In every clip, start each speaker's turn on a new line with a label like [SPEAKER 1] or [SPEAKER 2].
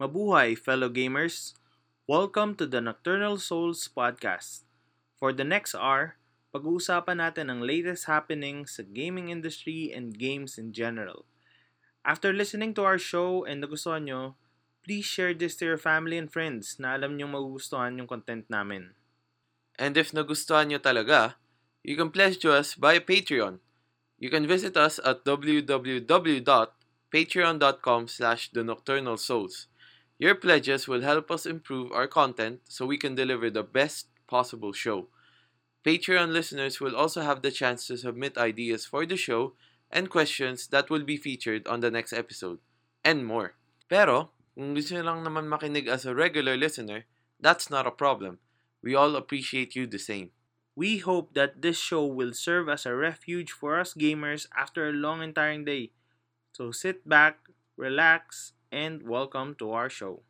[SPEAKER 1] Mabuhay, fellow gamers! Welcome to the Nocturnal Souls Podcast. For the next hour, pag-uusapan natin ang latest happenings sa gaming industry and games in general. After listening to our show and nagustuhan nyo, please share this to your family and friends na alam nyong magugustuhan yung content namin.
[SPEAKER 2] And if nagustuhan nyo talaga, you can pledge to us via Patreon. You can visit us at www.patreon.com slash the Nocturnal Souls. Your pledges will help us improve our content so we can deliver the best possible show. Patreon listeners will also have the chance to submit ideas for the show and questions that will be featured on the next episode, and more. Pero, kung gusto nyo lang naman makinig as a regular listener, that's not a problem. We all appreciate you the same.
[SPEAKER 1] We hope that this show will serve as a refuge for us gamers after a long and tiring day. So sit back, relax, and welcome to our show.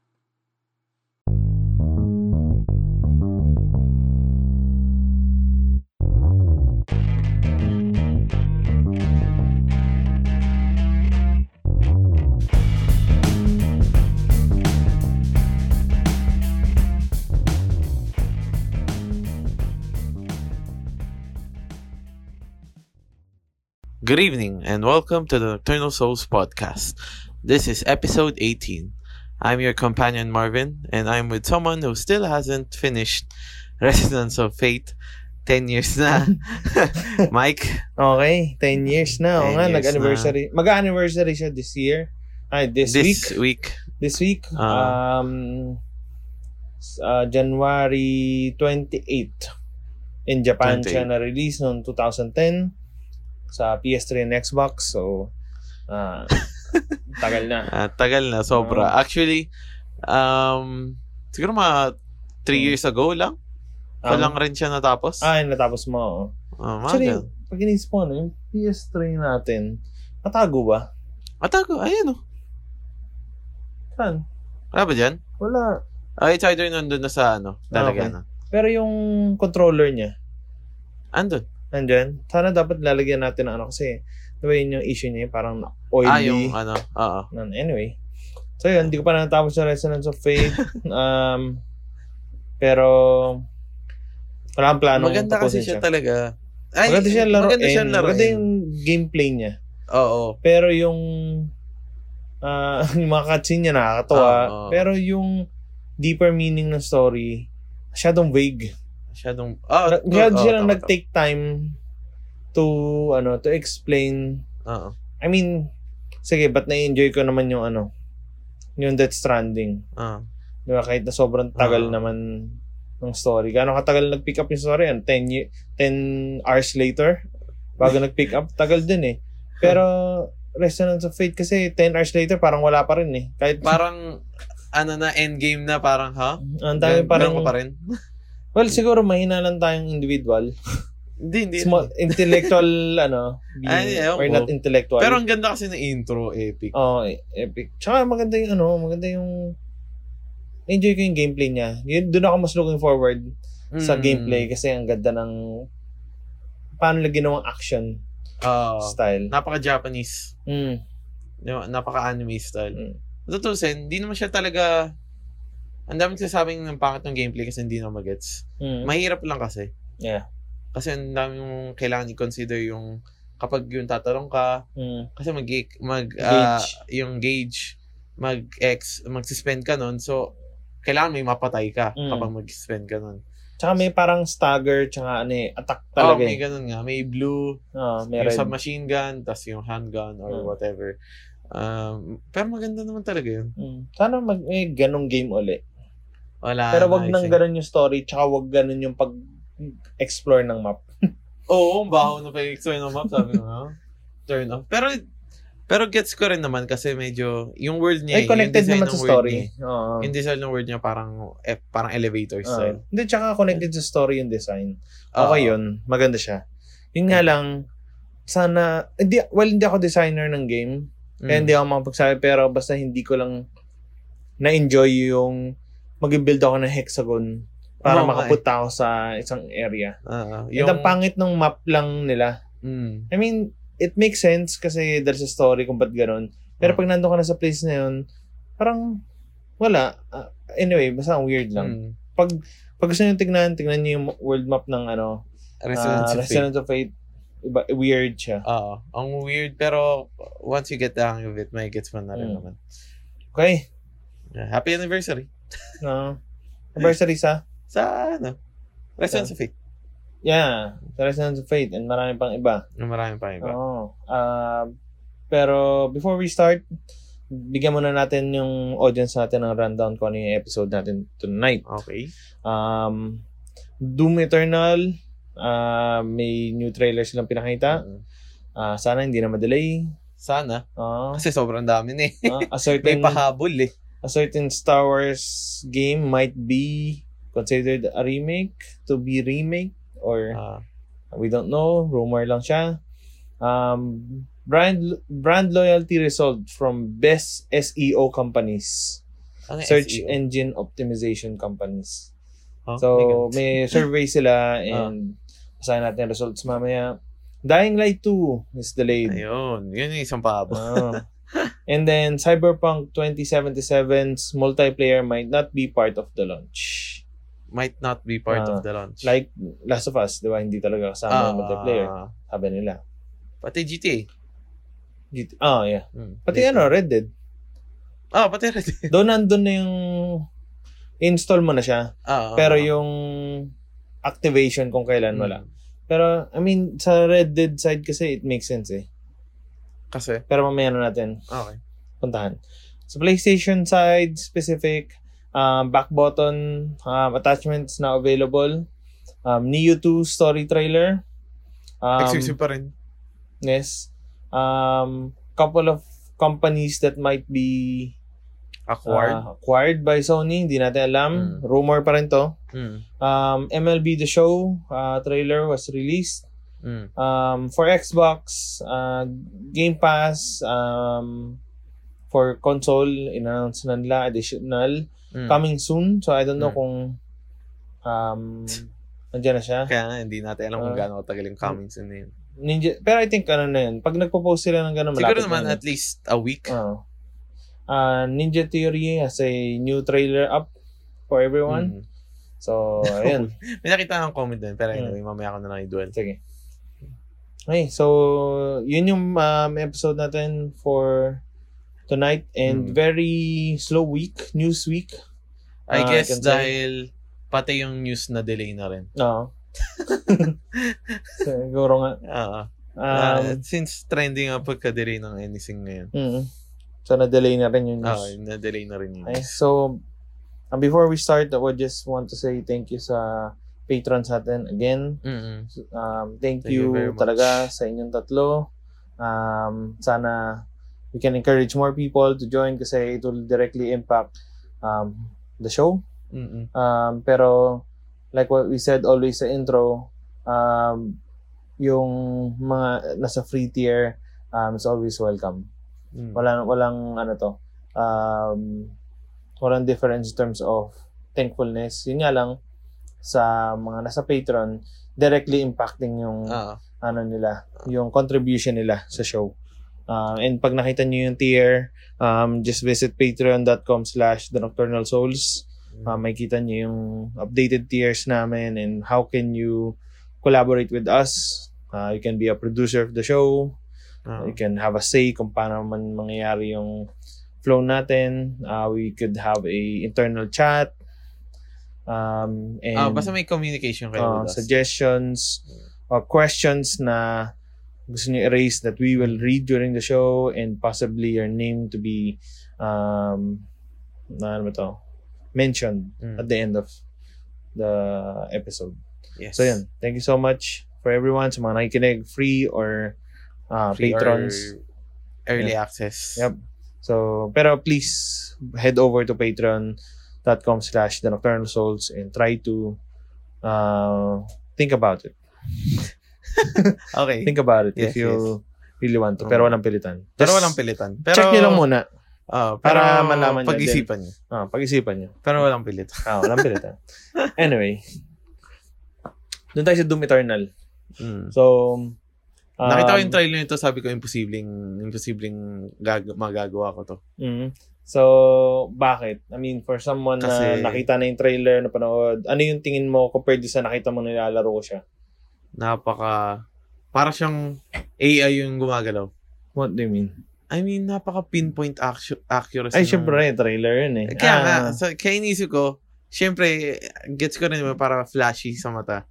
[SPEAKER 2] Good evening and welcome to the Nocturnal Souls podcast. This is episode 18. I'm your companion Marvin and I'm with someone who still hasn't finished Resonance of Fate 10 years na. Mike,
[SPEAKER 3] Okay, 10 years na. Oo
[SPEAKER 2] 10
[SPEAKER 3] nga,
[SPEAKER 2] Mm-hmm. years
[SPEAKER 3] nag-anniversary. Mag-anniversary siya this year. Ay, this,
[SPEAKER 2] this
[SPEAKER 3] week.
[SPEAKER 2] week,
[SPEAKER 3] This week.
[SPEAKER 2] Ah.
[SPEAKER 3] um, s- ah, January 28. In Japan siya
[SPEAKER 2] 28.
[SPEAKER 3] na-release noong 2010 sa PS3 and Xbox. So, ah, tagal na.
[SPEAKER 2] ah, tagal na sobra.
[SPEAKER 3] Oo.
[SPEAKER 2] Actually, um, siguro mga 3
[SPEAKER 3] Mm.
[SPEAKER 2] years ago lang.
[SPEAKER 3] Um,
[SPEAKER 2] Walang rin siya natapos.
[SPEAKER 3] ah, yun, natapos mo. oo.
[SPEAKER 2] Oh, mga
[SPEAKER 3] Actually,
[SPEAKER 2] ganun.
[SPEAKER 3] pag inisip mo, ano, yung PS3 natin, natago ba?
[SPEAKER 2] Atago, ayan o.
[SPEAKER 3] Saan?
[SPEAKER 2] Wala ba dyan?
[SPEAKER 3] Wala.
[SPEAKER 2] Ah, it's either nandun na sa ano, talaga
[SPEAKER 3] Ah, Okay.
[SPEAKER 2] na.
[SPEAKER 3] Pero yung controller niya,
[SPEAKER 2] Andun.
[SPEAKER 3] Nandyan. Sana dapat lalagyan natin ng ano kasi, di ba yun yung issue niya, yung parang oily.
[SPEAKER 2] Ah, yung ano, oo.
[SPEAKER 3] Nan- Anyway. So yun, hindi ko pa natapos yung Resonance of Fate. um, pero, wala akong plano.
[SPEAKER 2] Maganda kasi siya, talaga. Ay,
[SPEAKER 3] maganda siya laruin.
[SPEAKER 2] Maganda siya laruin.
[SPEAKER 3] Maganda yung gameplay niya.
[SPEAKER 2] Oo.
[SPEAKER 3] Pero yung, ah, yung mga cutscene niya
[SPEAKER 2] Ah, Oo,
[SPEAKER 3] nakakatawa.
[SPEAKER 2] oo.
[SPEAKER 3] Pero yung deeper meaning ng story, masyadong vague.
[SPEAKER 2] Masyadong... Oh,
[SPEAKER 3] Na- Masyado silang nag-take time to, ano, to explain
[SPEAKER 2] Oo.
[SPEAKER 3] I mean, sige, but na-enjoy ko naman yung ano, yung Death Stranding.
[SPEAKER 2] oo.
[SPEAKER 3] Di ba? Kahit na sobrang tagal
[SPEAKER 2] Oo.
[SPEAKER 3] naman ng story. Gaano katagal nag-pick up yung story? Ano, 10, ye- 10 hours later? Bago nag-pick up? Tagal din eh. Pero, Resonance of Fate kasi 10 hours later parang wala pa rin eh. Kahit
[SPEAKER 2] Parang, ano na, endgame na parang, ha?
[SPEAKER 3] ang dami
[SPEAKER 2] Gan-
[SPEAKER 3] parang,
[SPEAKER 2] ganun ko pa rin.
[SPEAKER 3] well, siguro mahina lang tayong individual.
[SPEAKER 2] Hindi, hindi.
[SPEAKER 3] Small, intellectual, ano, being,
[SPEAKER 2] Ay, ewan
[SPEAKER 3] or
[SPEAKER 2] ko.
[SPEAKER 3] not intellectual.
[SPEAKER 2] Pero ang ganda kasi ng intro, epic.
[SPEAKER 3] Oo, e- epic. Tsaka maganda yung ano, maganda yung enjoy ko yung gameplay niya. Yun, doon ako mas looking forward sa
[SPEAKER 2] Mm.
[SPEAKER 3] gameplay kasi ang ganda ng paano nila ginawang action
[SPEAKER 2] Oo.
[SPEAKER 3] style.
[SPEAKER 2] Napaka-Japanese.
[SPEAKER 3] Mm.
[SPEAKER 2] Di ba? Napaka-anime style.
[SPEAKER 3] Mm.
[SPEAKER 2] Tutusin, hindi naman siya talaga... Ang daming sasabing ng pangit ng gameplay kasi hindi na magets.
[SPEAKER 3] Mm.
[SPEAKER 2] Mahirap lang kasi.
[SPEAKER 3] Yeah.
[SPEAKER 2] Kasi ang dami mong kailangan i-consider yung kapag yung tatanong ka,
[SPEAKER 3] Mm.
[SPEAKER 2] kasi mag, mag ah,
[SPEAKER 3] Gauge.
[SPEAKER 2] yung gauge, mag-ex, mag-suspend ka nun. So, kailangan may mapatay ka
[SPEAKER 3] Mm.
[SPEAKER 2] kapag mag-suspend ka nun.
[SPEAKER 3] Tsaka may parang stagger, tsaka ano eh, attack talaga.
[SPEAKER 2] Oh,
[SPEAKER 3] eh.
[SPEAKER 2] may ganun nga. May blue,
[SPEAKER 3] Oo, may
[SPEAKER 2] yung
[SPEAKER 3] red.
[SPEAKER 2] submachine gun, tas yung handgun or
[SPEAKER 3] Mm.
[SPEAKER 2] whatever. Um, pero maganda naman talaga yun.
[SPEAKER 3] Mm. Sana mag may ganong game uli.
[SPEAKER 2] Wala
[SPEAKER 3] Pero wag
[SPEAKER 2] na,
[SPEAKER 3] nang
[SPEAKER 2] isang-
[SPEAKER 3] ganon yung story, tsaka wag ganon yung pag explore ng map.
[SPEAKER 2] Oo, ang baho na pa-explain ng map, sabi mo, no? Turn off. Pero, pero gets ko rin naman kasi medyo, yung world
[SPEAKER 3] Ay,
[SPEAKER 2] niya, eh,
[SPEAKER 3] connected
[SPEAKER 2] yung design
[SPEAKER 3] naman sa
[SPEAKER 2] ng world niya,
[SPEAKER 3] story. Oo.
[SPEAKER 2] eh. Yung design ng world niya parang, eh, parang elevator
[SPEAKER 3] Ah.
[SPEAKER 2] style.
[SPEAKER 3] Hindi, tsaka connected sa story yung design.
[SPEAKER 2] Oo. Mm.
[SPEAKER 3] Okay yun. Maganda siya. Yun nga lang, sana, hindi, well, hindi ako designer ng game.
[SPEAKER 2] Mm.
[SPEAKER 3] Kaya hindi ako makapagsabi, pero basta hindi ko lang na-enjoy yung mag-build ako ng hexagon para
[SPEAKER 2] Oo nga
[SPEAKER 3] makapunta ako sa isang area.
[SPEAKER 2] Oo.
[SPEAKER 3] Yung...
[SPEAKER 2] ah, yung,
[SPEAKER 3] ang pangit ng map lang nila.
[SPEAKER 2] mm,
[SPEAKER 3] I mean, it makes sense kasi dahil sa story kung ba't ganun. Pero
[SPEAKER 2] Oo.
[SPEAKER 3] pag nandun ka na sa place na yun, parang Wala. Ah, anyway, basta ang weird lang.
[SPEAKER 2] Mm.
[SPEAKER 3] Pag pag gusto niyo tignan, tignan niyo yung world map ng ano,
[SPEAKER 2] Resonance
[SPEAKER 3] ah,
[SPEAKER 2] of Fate.
[SPEAKER 3] Resonance of Fate. Iba, weird siya.
[SPEAKER 2] Oo. Ang weird, pero once you get the hang of it, may gets mo na rin
[SPEAKER 3] Mm.
[SPEAKER 2] naman.
[SPEAKER 3] Okay.
[SPEAKER 2] Yeah. Happy anniversary.
[SPEAKER 3] No. Anniversary sa
[SPEAKER 2] Sa ano? Resonance of Fate.
[SPEAKER 3] Yeah, sa Resonance of Fate and marami pang iba.
[SPEAKER 2] Yung Marami pa iba.
[SPEAKER 3] Oo. Ah, pero before we start, bigyan muna natin yung audience natin ng rundown kung ano yung episode natin tonight.
[SPEAKER 2] Okay.
[SPEAKER 3] Um, Doom Eternal, ah, may new trailer silang pinakita.
[SPEAKER 2] Mm.
[SPEAKER 3] Ah, sana hindi na madelay.
[SPEAKER 2] Sana.
[SPEAKER 3] Ah,
[SPEAKER 2] Kasi sobrang dami na eh.
[SPEAKER 3] ah, a
[SPEAKER 2] May
[SPEAKER 3] certain
[SPEAKER 2] pahabol eh.
[SPEAKER 3] a certain Star Wars game might be considered a remake to be remake or
[SPEAKER 2] Ah,
[SPEAKER 3] we don't know, rumor lang siya. Um, brand brand loyalty result from best SEO companies.
[SPEAKER 2] ano yung
[SPEAKER 3] search
[SPEAKER 2] SEO?
[SPEAKER 3] engine optimization companies.
[SPEAKER 2] Huh?
[SPEAKER 3] So,
[SPEAKER 2] E Oh, May ganun.
[SPEAKER 3] Oh,
[SPEAKER 2] Ah.
[SPEAKER 3] may survey sila and basahin natin yung results mamaya. Dying Light 2 is delayed.
[SPEAKER 2] Ayun. Yun yung isang pahabol.
[SPEAKER 3] Ah. and then, Cyberpunk 2077's multiplayer might not be part of the launch.
[SPEAKER 2] Might not be part
[SPEAKER 3] Ah,
[SPEAKER 2] of the launch.
[SPEAKER 3] Like Last of Us, di ba? Hindi talaga kasama
[SPEAKER 2] Ah,
[SPEAKER 3] yung multiplayer. Sabi nila.
[SPEAKER 2] Pati GTA.
[SPEAKER 3] Dito- Ah, yeah.
[SPEAKER 2] Mm,
[SPEAKER 3] Pati
[SPEAKER 2] later.
[SPEAKER 3] ano, Red Dead.
[SPEAKER 2] Ah, pati Red Dead.
[SPEAKER 3] Doon nandun na yung install mo na siya.
[SPEAKER 2] Ah,
[SPEAKER 3] Pero
[SPEAKER 2] ah,
[SPEAKER 3] yung activation kung kailan, wala.
[SPEAKER 2] mm.
[SPEAKER 3] Pero, I mean, sa Red Dead side kasi, it makes sense eh.
[SPEAKER 2] Kasi,
[SPEAKER 3] Pero mamaya na natin
[SPEAKER 2] okay.
[SPEAKER 3] puntahan. Sa PlayStation side, specific, um, back button, um, attachments na available, um, Neo 2 story trailer, um,
[SPEAKER 2] Exclusive pa rin.
[SPEAKER 3] yes, um, couple of companies that might be
[SPEAKER 2] Acquired.
[SPEAKER 3] uh, acquired by Sony, hindi natin alam.
[SPEAKER 2] Mm.
[SPEAKER 3] Rumor pa rin to.
[SPEAKER 2] mm.
[SPEAKER 3] Um, MLB The Show uh, trailer was released.
[SPEAKER 2] Mm.
[SPEAKER 3] um, for Xbox, uh, Game Pass, um, for console, in-announce na nila additional.
[SPEAKER 2] Mm.
[SPEAKER 3] Coming soon, so I don't know
[SPEAKER 2] Mm.
[SPEAKER 3] kung um, nandiyan na siya.
[SPEAKER 2] Kaya nga, hindi natin alam kung
[SPEAKER 3] Ah.
[SPEAKER 2] gaano katagal yung coming soon na yun.
[SPEAKER 3] Ninja, pero I think ano na yun, pag nagpo-post sila ng gano'n,
[SPEAKER 2] Siguro
[SPEAKER 3] malapit
[SPEAKER 2] naman
[SPEAKER 3] na yun. Ah,
[SPEAKER 2] at least a week.
[SPEAKER 3] Oo. Uh, Ninja Theory has a new trailer up for everyone.
[SPEAKER 2] Mm.
[SPEAKER 3] So, ayun.
[SPEAKER 2] May nakita akong comment din, pero
[SPEAKER 3] Mm.
[SPEAKER 2] anyway, mamaya ko na lang i-duel.
[SPEAKER 3] Sige. Okay, so yun yung um, episode natin for tonight and
[SPEAKER 2] Mm.
[SPEAKER 3] very slow week, news week.
[SPEAKER 2] I
[SPEAKER 3] Ah, I
[SPEAKER 2] guess
[SPEAKER 3] can say-
[SPEAKER 2] dahil pati yung news na delay na rin.
[SPEAKER 3] No. Siguro nga.
[SPEAKER 2] Ah, ah,
[SPEAKER 3] Um,
[SPEAKER 2] since trending ang pagka-delay ng anything ngayon.
[SPEAKER 3] mm. so na-delay na rin yung
[SPEAKER 2] Ah,
[SPEAKER 3] news.
[SPEAKER 2] na-delay na rin yun.
[SPEAKER 3] Okay, so and before we start, I would just want to say thank you sa patrons natin again.
[SPEAKER 2] Mm-mm.
[SPEAKER 3] Um, thank,
[SPEAKER 2] Thank
[SPEAKER 3] you,
[SPEAKER 2] you very much.
[SPEAKER 3] talaga sa inyong tatlo. Um, sana we can encourage more people to join kasi it will directly impact um, the show.
[SPEAKER 2] Mm-mm.
[SPEAKER 3] Um, pero like what we said always sa intro, um, yung mga nasa free tier um, is always welcome.
[SPEAKER 2] Mm.
[SPEAKER 3] Walang, walang ano to, um, walang difference in terms of thankfulness. Yun nga lang, sa mga nasa Patreon, directly impacting yung
[SPEAKER 2] Ah,
[SPEAKER 3] ano nila, yung contribution nila sa show. Um, and pag nakita nyo yung tier, um, just visit patreon.com slash the nocturnal souls. Um, may kita nyo yung updated tiers namin and how can you collaborate with us. Uh, you can be a producer of the show.
[SPEAKER 2] ah.
[SPEAKER 3] You can have a say kung paano man mangyayari yung flow natin. Uh, we could have a internal chat. Um, and
[SPEAKER 2] Ah, basta may communication kayo
[SPEAKER 3] uh,
[SPEAKER 2] with us.
[SPEAKER 3] suggestions or questions na gusto niyo erase that we will read during the show and possibly your name to be um na ano ba to mentioned
[SPEAKER 2] Mm.
[SPEAKER 3] at the end of the episode.
[SPEAKER 2] Yes.
[SPEAKER 3] So yun, thank you so much for everyone sa mga nakikinig free or uh,
[SPEAKER 2] Free or
[SPEAKER 3] patrons.
[SPEAKER 2] Early access.
[SPEAKER 3] Yep. So pero please head over to patreon.com slash the nocturnal souls and try to uh, think about it.
[SPEAKER 2] Okay.
[SPEAKER 3] Think about it
[SPEAKER 2] Eh, Yes,
[SPEAKER 3] if you
[SPEAKER 2] yes.
[SPEAKER 3] really want to.
[SPEAKER 2] Oo.
[SPEAKER 3] Pero walang pilitan.
[SPEAKER 2] pero
[SPEAKER 3] Just
[SPEAKER 2] walang pilitan. Pero,
[SPEAKER 3] check nyo lang muna.
[SPEAKER 2] Ah, pero
[SPEAKER 3] Para malaman nyo
[SPEAKER 2] Pag-isipan nyo.
[SPEAKER 3] Ah, pag-isipan nyo.
[SPEAKER 2] Pero walang pilitan.
[SPEAKER 3] Ah, walang pilitan. anyway. Doon tayo sa Doom Eternal.
[SPEAKER 2] Mm.
[SPEAKER 3] So, um,
[SPEAKER 2] Nakita ko yung trailer nito, sabi ko, imposibleng, imposibleng gag- magagawa ko to.
[SPEAKER 3] mm, So, bakit? I mean, for someone
[SPEAKER 2] Kasi-
[SPEAKER 3] na nakita na yung trailer, napanood, ano yung tingin mo compared doon sa nakita mo nilalaro ko siya?
[SPEAKER 2] Napaka, para siyang AI yung gumagalaw.
[SPEAKER 3] What do you mean?
[SPEAKER 2] I mean, napaka pinpoint actu- accuracy.
[SPEAKER 3] Ay,
[SPEAKER 2] na-
[SPEAKER 3] syempre, trailer yun eh.
[SPEAKER 2] Kaya nga,
[SPEAKER 3] Ah,
[SPEAKER 2] so, kaya inisip ko, syempre, gets ko rin naman para flashy sa mata.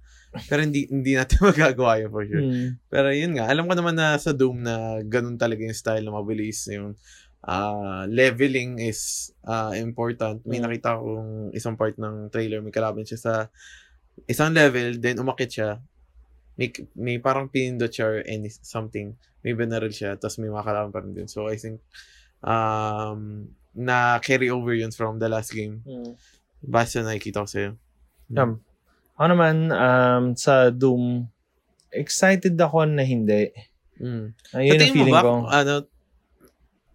[SPEAKER 2] Pero hindi hindi natin magagawa yun for sure.
[SPEAKER 3] hmm.
[SPEAKER 2] Pero yun nga, alam ko naman na sa Doom na ganun talaga yung style na mabilis. Yung ah, leveling is ah, important. May
[SPEAKER 3] Mm.
[SPEAKER 2] nakita akong isang part ng trailer, may kalaban siya sa isang level, then umakit siya. May, may parang pinindot siya or any, something. May binaril siya, tapos may mga kalaban pa rin din. So I think um, na carry over yun from the last game.
[SPEAKER 3] Hmm.
[SPEAKER 2] Basta nakikita ko sa'yo.
[SPEAKER 3] Yum. Ako naman, um, sa Doom, excited ako na hindi.
[SPEAKER 2] Mm.
[SPEAKER 3] Ayun
[SPEAKER 2] Sa
[SPEAKER 3] ang
[SPEAKER 2] tingin mo
[SPEAKER 3] feeling
[SPEAKER 2] ba,
[SPEAKER 3] ko.
[SPEAKER 2] ano,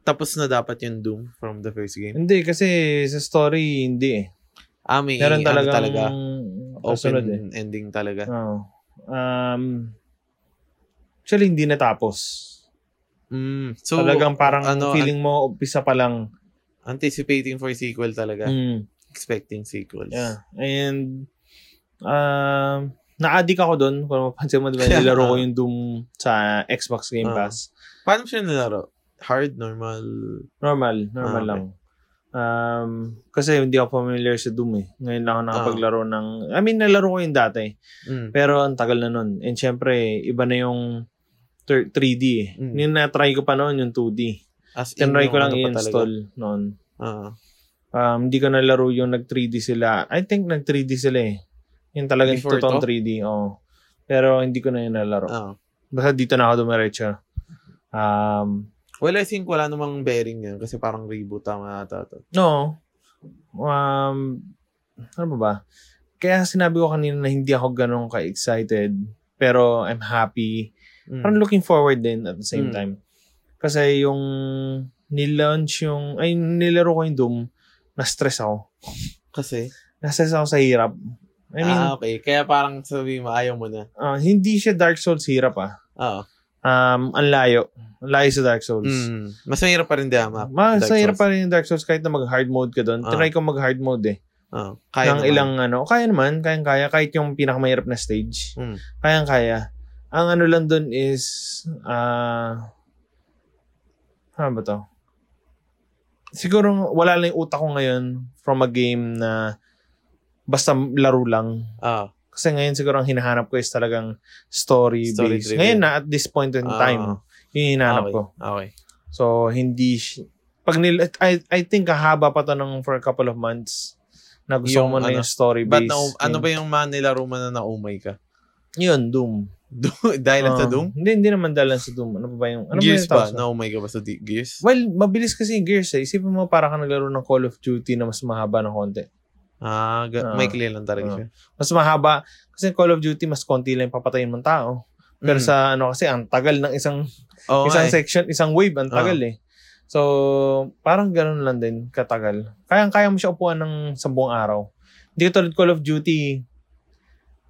[SPEAKER 2] tapos na dapat yung Doom from the first game?
[SPEAKER 3] Hindi, kasi sa story, hindi eh.
[SPEAKER 2] Ah, may
[SPEAKER 3] Meron
[SPEAKER 2] ano
[SPEAKER 3] talagang
[SPEAKER 2] talaga, open
[SPEAKER 3] kasunod eh.
[SPEAKER 2] ending talaga.
[SPEAKER 3] Oo. Um, actually, hindi natapos.
[SPEAKER 2] Mm. So,
[SPEAKER 3] talagang parang
[SPEAKER 2] ano,
[SPEAKER 3] feeling mo, umpisa pa lang.
[SPEAKER 2] an- anticipating for sequel talaga.
[SPEAKER 3] Mm,
[SPEAKER 2] Expecting sequels.
[SPEAKER 3] yeah. And, um, na-addict ako doon. Kung mapansin mo, diba, nilaro ko yung Doom sa Xbox Game
[SPEAKER 2] Ah.
[SPEAKER 3] Pass.
[SPEAKER 2] Paano siya nalaro? Hard, normal?
[SPEAKER 3] Normal, normal
[SPEAKER 2] Ah, okay.
[SPEAKER 3] lang. Um, kasi hindi ako familiar sa Doom eh. Ngayon lang ako
[SPEAKER 2] Ah.
[SPEAKER 3] nakapaglaro ng... I mean, nalaro ko yung dati.
[SPEAKER 2] Mm.
[SPEAKER 3] Pero ang tagal na nun. And syempre, iba na yung thir- 3D eh.
[SPEAKER 2] Mm.
[SPEAKER 3] Yung na-try ko pa noon, yung 2D.
[SPEAKER 2] As in,
[SPEAKER 3] Tinry ko
[SPEAKER 2] yung
[SPEAKER 3] lang
[SPEAKER 2] ano pa talaga.
[SPEAKER 3] i-install noon.
[SPEAKER 2] Ah.
[SPEAKER 3] Um, hindi ko nalaro yung nag 3D sila. I think nag 3D sila eh. Yung talagang
[SPEAKER 2] Before
[SPEAKER 3] totoong
[SPEAKER 2] to?
[SPEAKER 3] 3D. Oh. Pero hindi ko na yun nalaro.
[SPEAKER 2] ah.
[SPEAKER 3] Basta dito na ako dumiretso. Um,
[SPEAKER 2] Well, I think wala namang bearing yun kasi parang reboot tama ata to.
[SPEAKER 3] No. Um, ano ba ba? Kaya sinabi ko kanina na hindi ako ganun ka-excited. Pero I'm happy.
[SPEAKER 2] Mm.
[SPEAKER 3] Parang looking forward din at the same
[SPEAKER 2] Mm.
[SPEAKER 3] time. Kasi yung nilaunch yung, ay nilaro ko yung Doom, na-stress ako.
[SPEAKER 2] Kasi?
[SPEAKER 3] Na-stress ako sa hirap. I mean,
[SPEAKER 2] ah, okay. Kaya parang sabi mo, ayaw mo na.
[SPEAKER 3] ah, hindi siya Dark Souls hirap ah.
[SPEAKER 2] Oo.
[SPEAKER 3] Um, ang layo. Ang layo sa Dark Souls.
[SPEAKER 2] Mm. Mas mahirap pa rin Dama.
[SPEAKER 3] Mas
[SPEAKER 2] Dark
[SPEAKER 3] hirap
[SPEAKER 2] Souls.
[SPEAKER 3] pa rin yung Dark Souls kahit na mag-hard mode ka doon.
[SPEAKER 2] Ah.
[SPEAKER 3] Try ko mag-hard mode eh.
[SPEAKER 2] Oo. Ah, Kaya
[SPEAKER 3] ng
[SPEAKER 2] naman.
[SPEAKER 3] ilang ano, kaya naman, kayang-kaya, kahit yung pinakamahirap na stage,
[SPEAKER 2] Mm.
[SPEAKER 3] kayang-kaya. Ang ano lang dun is, ah, ano ba to? Siguro wala lang yung utak ko ngayon from a game na basta laro lang.
[SPEAKER 2] Ah.
[SPEAKER 3] Kasi ngayon siguro ang hinahanap ko is talagang story-based.
[SPEAKER 2] Story-driven.
[SPEAKER 3] ngayon na, at this point in
[SPEAKER 2] Ah.
[SPEAKER 3] time, yun yung hinahanap
[SPEAKER 2] okay.
[SPEAKER 3] ko.
[SPEAKER 2] Okay.
[SPEAKER 3] So, hindi, si- pag nil, I, I think kahaba pa to ng for a couple of months na gusto
[SPEAKER 2] Yung
[SPEAKER 3] mo na
[SPEAKER 2] ano,
[SPEAKER 3] yung story based.
[SPEAKER 2] But na, ano ba yung mga nilaro mo na naumay ka?
[SPEAKER 3] Yun, Doom.
[SPEAKER 2] Do- Dahil lang sa
[SPEAKER 3] Ah,
[SPEAKER 2] Doom?
[SPEAKER 3] Hindi, hindi naman dahil lang sa Doom. Ano ba ba yung, ano ba
[SPEAKER 2] Gears Um, ba?
[SPEAKER 3] yung tawag sa-
[SPEAKER 2] Naumay ka ba sa di- Gears?
[SPEAKER 3] Well, mabilis kasi yung Gears eh. Isipin mo para ka naglaro ng Call of Duty na mas mahaba ng konti.
[SPEAKER 2] Ah, ga-
[SPEAKER 3] Ah.
[SPEAKER 2] may clear lang talaga
[SPEAKER 3] Ah.
[SPEAKER 2] siya.
[SPEAKER 3] Mas mahaba, kasi Call of Duty mas konti lang yung papatayin mong tao. Pero
[SPEAKER 2] Mm.
[SPEAKER 3] sa ano kasi, ang tagal ng isang
[SPEAKER 2] Oo nga
[SPEAKER 3] isang
[SPEAKER 2] eh.
[SPEAKER 3] section, isang wave, ang tagal eh. So, parang ganun lang din, katagal. Kayang-kaya mo siya upuan ng sa buong araw. Hindi ka tulad Call of Duty,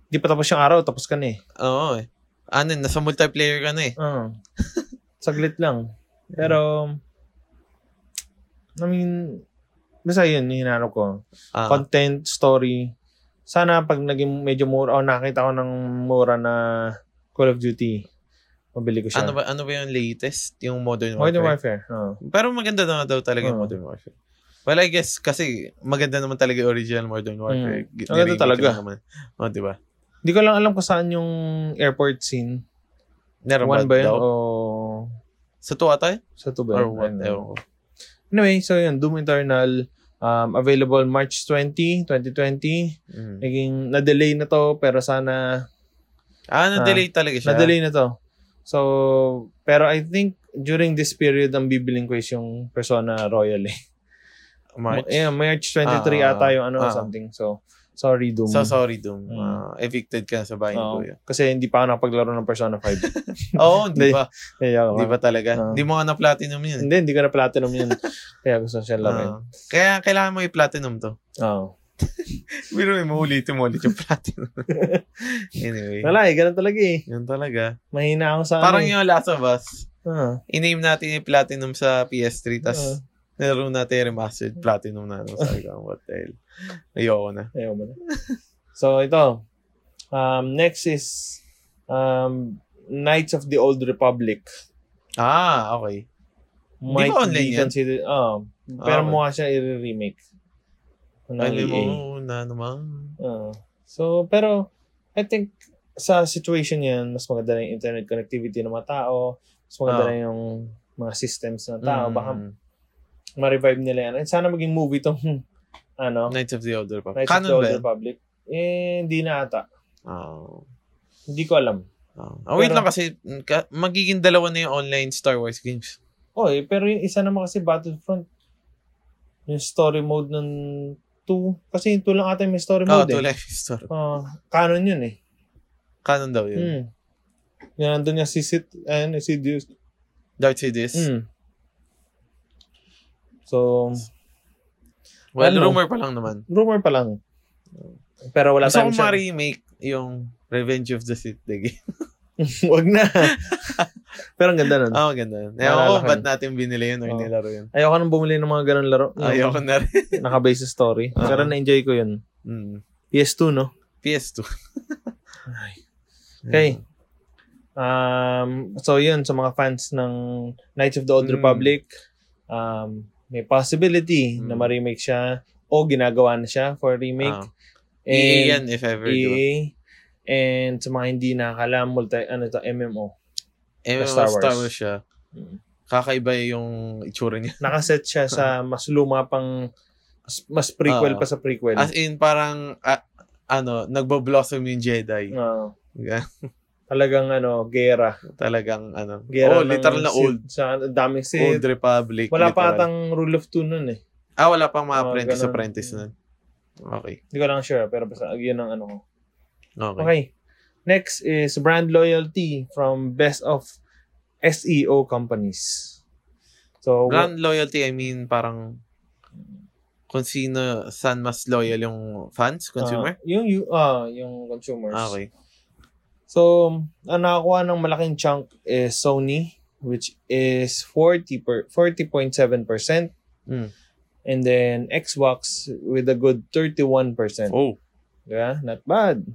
[SPEAKER 3] di pa tapos yung araw, tapos ka na eh.
[SPEAKER 2] Oo eh. Ano, nasa multiplayer ka na eh.
[SPEAKER 3] Oo. Saglit lang. Pero, I mean, basta yun, yung hinanap ko.
[SPEAKER 2] Ah,
[SPEAKER 3] Content, story. Sana pag naging medyo mura, o nakita ko ng mura na Call of Duty, mabili ko siya.
[SPEAKER 2] ano ba ano ba yung latest? Yung Modern
[SPEAKER 3] Modern Warfare.
[SPEAKER 2] Warfare?
[SPEAKER 3] Hmm. oo.
[SPEAKER 2] Pero maganda na daw talaga yung
[SPEAKER 3] Oo.
[SPEAKER 2] Modern Warfare. Well, I guess kasi maganda naman talaga yung original Modern
[SPEAKER 3] Mm.
[SPEAKER 2] Warfare. Gi-
[SPEAKER 3] Maganda
[SPEAKER 2] niremake
[SPEAKER 3] talaga.
[SPEAKER 2] lang naman. Oo, di ba?
[SPEAKER 3] Hindi ko lang alam kung saan yung airport scene.
[SPEAKER 2] Narabad
[SPEAKER 3] One ba yun?
[SPEAKER 2] daw.
[SPEAKER 3] O
[SPEAKER 2] Sa tuwa tayo?
[SPEAKER 3] sa two ba
[SPEAKER 2] Or
[SPEAKER 3] yun?
[SPEAKER 2] what?
[SPEAKER 3] Ayun.
[SPEAKER 2] Ewan ko.
[SPEAKER 3] Anyway, so yun, Doom Eternal. Um, available March 20, 2020.
[SPEAKER 2] Mm.
[SPEAKER 3] Naging, na-delay na to, pero sana
[SPEAKER 2] Ah, na-delay talaga siya.
[SPEAKER 3] Na-delay na to. So, pero I think during this period, ang bibiling ko is yung Persona Royal eh.
[SPEAKER 2] March.
[SPEAKER 3] Yeah, March 23
[SPEAKER 2] Ah,
[SPEAKER 3] ata yung ano
[SPEAKER 2] ah.
[SPEAKER 3] something. So, sorry Doom. Oh.
[SPEAKER 2] So, sorry, Doom.
[SPEAKER 3] Mm.
[SPEAKER 2] Ah, evicted ka na sa bahay ni
[SPEAKER 3] Oo,
[SPEAKER 2] Kuya.
[SPEAKER 3] kasi hindi pa ako nakapaglaro ng Persona 5.
[SPEAKER 2] Oo, di ba?
[SPEAKER 3] Kaya ako,
[SPEAKER 2] Di ba
[SPEAKER 3] Oo.
[SPEAKER 2] talaga? Hindi mo nga na-platinum yun. eh.
[SPEAKER 3] Hindi, hindi ko na platinum yun. Kaya gusto ko siya laruin.
[SPEAKER 2] Ah, kaya kailangan mo i-platinum to.
[SPEAKER 3] Oo.
[SPEAKER 2] Pero mo ulitin mo ulit yung platinum. anyway.
[SPEAKER 3] Wala eh, ganun talaga eh.
[SPEAKER 2] Yun talaga.
[SPEAKER 3] Mahina ako sa
[SPEAKER 2] Parang
[SPEAKER 3] ano. eh.
[SPEAKER 2] yung Last of Us.
[SPEAKER 3] Ah.
[SPEAKER 2] I-name natin yung platinum sa PS3 tas nilaro natin yung remastered platinum na. Ano, sabi ko, what the hell. Ayoko na.
[SPEAKER 3] Ah, Ayaw mo na. so, ito. Um, next is um, Knights of the Old Republic.
[SPEAKER 2] Ah, okay.
[SPEAKER 3] Might
[SPEAKER 2] ba online
[SPEAKER 3] be
[SPEAKER 2] yan?
[SPEAKER 3] considered, oh, pero
[SPEAKER 2] Ah, okay.
[SPEAKER 3] mukha siya i-remake. Ano Ng E
[SPEAKER 2] Alam
[SPEAKER 3] EA.
[SPEAKER 2] mo na naman.
[SPEAKER 3] Oo. Ah. so, pero, I think, sa situation yan, mas maganda na yung internet connectivity ng mga tao, mas maganda
[SPEAKER 2] Ah.
[SPEAKER 3] na yung mga systems ng tao, baka
[SPEAKER 2] Mm.
[SPEAKER 3] ma-revive nila yan. And sana maging movie tong, ano,
[SPEAKER 2] Knights of the Old Republic.
[SPEAKER 3] Knights of the
[SPEAKER 2] Canon
[SPEAKER 3] Old
[SPEAKER 2] ba yan?
[SPEAKER 3] Republic. Eh, hindi na ata.
[SPEAKER 2] Oh.
[SPEAKER 3] Hindi ko alam.
[SPEAKER 2] Oh. Ah, wait
[SPEAKER 3] Pero-
[SPEAKER 2] lang kasi mm, ka- magiging dalawa na yung online Star Wars games.
[SPEAKER 3] Oy, Oh, eh, pero yung isa naman kasi Battlefront, yung story mode ng 2, kasi yung 2 lang ata yung may story
[SPEAKER 2] Oh,
[SPEAKER 3] mode
[SPEAKER 2] Two
[SPEAKER 3] eh.
[SPEAKER 2] Life is Star.
[SPEAKER 3] Ah, canon yun eh.
[SPEAKER 2] Canon daw yun.
[SPEAKER 3] Mm. Yan, nandun yung si Sith, ayun, si Deus.
[SPEAKER 2] Darth Sidious.
[SPEAKER 3] Mm. So,
[SPEAKER 2] Well,
[SPEAKER 3] Ano?
[SPEAKER 2] rumor pa lang naman.
[SPEAKER 3] rumor pa lang. Pero wala
[SPEAKER 2] Gusto
[SPEAKER 3] tayong
[SPEAKER 2] kong ma-remake yung Revenge of the Sith the game.
[SPEAKER 3] Wag na. Pero ang ganda nun.
[SPEAKER 2] Ah, oh, ganda.
[SPEAKER 3] Naalala
[SPEAKER 2] Ewan ko
[SPEAKER 3] ko
[SPEAKER 2] ba't
[SPEAKER 3] yun.
[SPEAKER 2] natin binili yun or
[SPEAKER 3] Oo. Hmm.
[SPEAKER 2] nilaro yun.
[SPEAKER 3] Ayoko nang bumili ng mga ganun laro.
[SPEAKER 2] Ayoko na rin.
[SPEAKER 3] Yung Naka-base sa story.
[SPEAKER 2] Ah.
[SPEAKER 3] Pero na-enjoy ko yun.
[SPEAKER 2] Mm.
[SPEAKER 3] Hmm. PS2, no?
[SPEAKER 2] PS2.
[SPEAKER 3] Okay. Mm. Um, so yun, sa mga fans ng Knights of the Old
[SPEAKER 2] Mm.
[SPEAKER 3] Republic, um, may possibility
[SPEAKER 2] Mm.
[SPEAKER 3] na ma-remake siya o ginagawa na siya for remake.
[SPEAKER 2] Ah.
[SPEAKER 3] E
[SPEAKER 2] EA yan, if ever. di ba?
[SPEAKER 3] EA. And sa mga hindi nakakalam, multi, ano to, MMO.
[SPEAKER 2] MMO
[SPEAKER 3] Star
[SPEAKER 2] Star
[SPEAKER 3] Wars.
[SPEAKER 2] Wars. siya.
[SPEAKER 3] Mm.
[SPEAKER 2] Kakaiba yung itsura niya.
[SPEAKER 3] Nakaset siya sa mas luma pang mas- mas prequel
[SPEAKER 2] Oo.
[SPEAKER 3] pa sa prequel.
[SPEAKER 2] Ah. As in, parang, ah, ano, nagbo-blossom yung Jedi.
[SPEAKER 3] Oo.
[SPEAKER 2] Ga-
[SPEAKER 3] Ah. talagang ano, gera.
[SPEAKER 2] Talagang, ano.
[SPEAKER 3] Gera
[SPEAKER 2] oh,
[SPEAKER 3] ng
[SPEAKER 2] literal na
[SPEAKER 3] Sith.
[SPEAKER 2] old.
[SPEAKER 3] Sa ang daming
[SPEAKER 2] Old
[SPEAKER 3] Sith.
[SPEAKER 2] Republic.
[SPEAKER 3] Wala pa
[SPEAKER 2] literal.
[SPEAKER 3] atang rule of two nun eh.
[SPEAKER 2] Ah, wala pang mga
[SPEAKER 3] Oh,
[SPEAKER 2] apprentice
[SPEAKER 3] ganun.
[SPEAKER 2] apprentice na. Okay.
[SPEAKER 3] Hindi ko lang sure, pero basta yun ang ano ko.
[SPEAKER 2] Okay.
[SPEAKER 3] Okay. Next is brand loyalty from best of SEO companies. So,
[SPEAKER 2] Brand loyalty, I mean, parang kung sino, saan mas loyal yung fans, consumer?
[SPEAKER 3] ah, yung, yung, ah, yung consumers.
[SPEAKER 2] Ah, okay.
[SPEAKER 3] So, ang nakakuha ng malaking chunk is Sony, which is 40 per, 40.7%.
[SPEAKER 2] Mm.
[SPEAKER 3] And then Xbox with a good 31%.
[SPEAKER 2] Oh,
[SPEAKER 3] Yeah, not bad.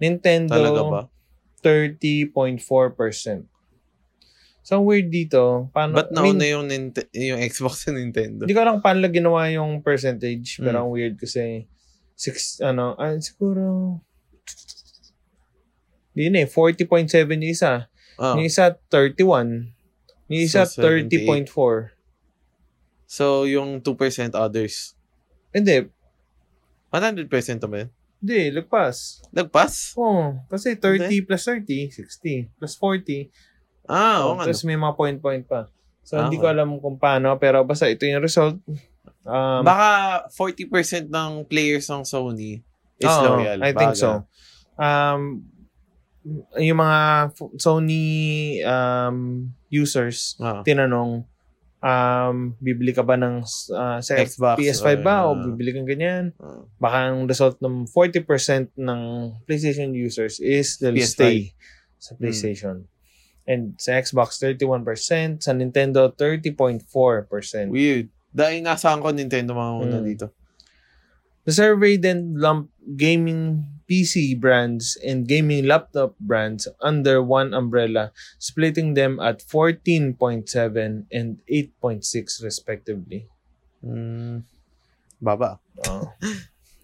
[SPEAKER 3] Nintendo,
[SPEAKER 2] talaga ba?
[SPEAKER 3] 30.4%. So, ang weird dito. Paano,
[SPEAKER 2] Ba't
[SPEAKER 3] ano, I mean,
[SPEAKER 2] nauna yung, Ninte- yung Xbox sa Nintendo?
[SPEAKER 3] Hindi ko alam paano lang ginawa yung percentage, pero
[SPEAKER 2] Mm.
[SPEAKER 3] ang weird kasi six ano, ah, siguro hindi na eh, 40.7 yung isa.
[SPEAKER 2] Ah,
[SPEAKER 3] Yung isa 31. Yung isa
[SPEAKER 2] So,
[SPEAKER 3] 30.4.
[SPEAKER 2] So, yung 2% others.
[SPEAKER 3] Hindi,
[SPEAKER 2] 100% na ba yun?
[SPEAKER 3] hindi, lagpas.
[SPEAKER 2] Nag-pass?
[SPEAKER 3] Oh, kasi 30 plus 30, 60, plus 40.
[SPEAKER 2] Ah,
[SPEAKER 3] Oh,
[SPEAKER 2] oo nga.
[SPEAKER 3] Tapos
[SPEAKER 2] no.
[SPEAKER 3] may mga point-point pa. So,
[SPEAKER 2] Ah,
[SPEAKER 3] hindi ko
[SPEAKER 2] okay.
[SPEAKER 3] alam kung paano, pero basta ito yung result. Um,
[SPEAKER 2] Baka 40% ng players ng Sony is
[SPEAKER 3] Ah, Oo,
[SPEAKER 2] loyal.
[SPEAKER 3] I think
[SPEAKER 2] Baga.
[SPEAKER 3] so. Um, yung mga f- Sony um, users,
[SPEAKER 2] Ah,
[SPEAKER 3] tinanong, um, bibili ka ba ng uh, sa
[SPEAKER 2] Xbox,
[SPEAKER 3] PS5 ba? o
[SPEAKER 2] ah.
[SPEAKER 3] bibili kang ganyan?
[SPEAKER 2] ah.
[SPEAKER 3] Baka ang result ng 40% ng PlayStation users is they'll
[SPEAKER 2] PS5.
[SPEAKER 3] stay sa
[SPEAKER 2] Hmm.
[SPEAKER 3] PlayStation. And sa Xbox, 31%. Sa Nintendo, 30.4%.
[SPEAKER 2] Weird. Dahil nasaan ko Nintendo mga una
[SPEAKER 3] Mm.
[SPEAKER 2] dito.
[SPEAKER 3] The survey then lumped gaming PC brands and gaming laptop brands under one umbrella, splitting them at 14.7 and 8.6 respectively.
[SPEAKER 2] Mm. Baba.
[SPEAKER 3] Oh.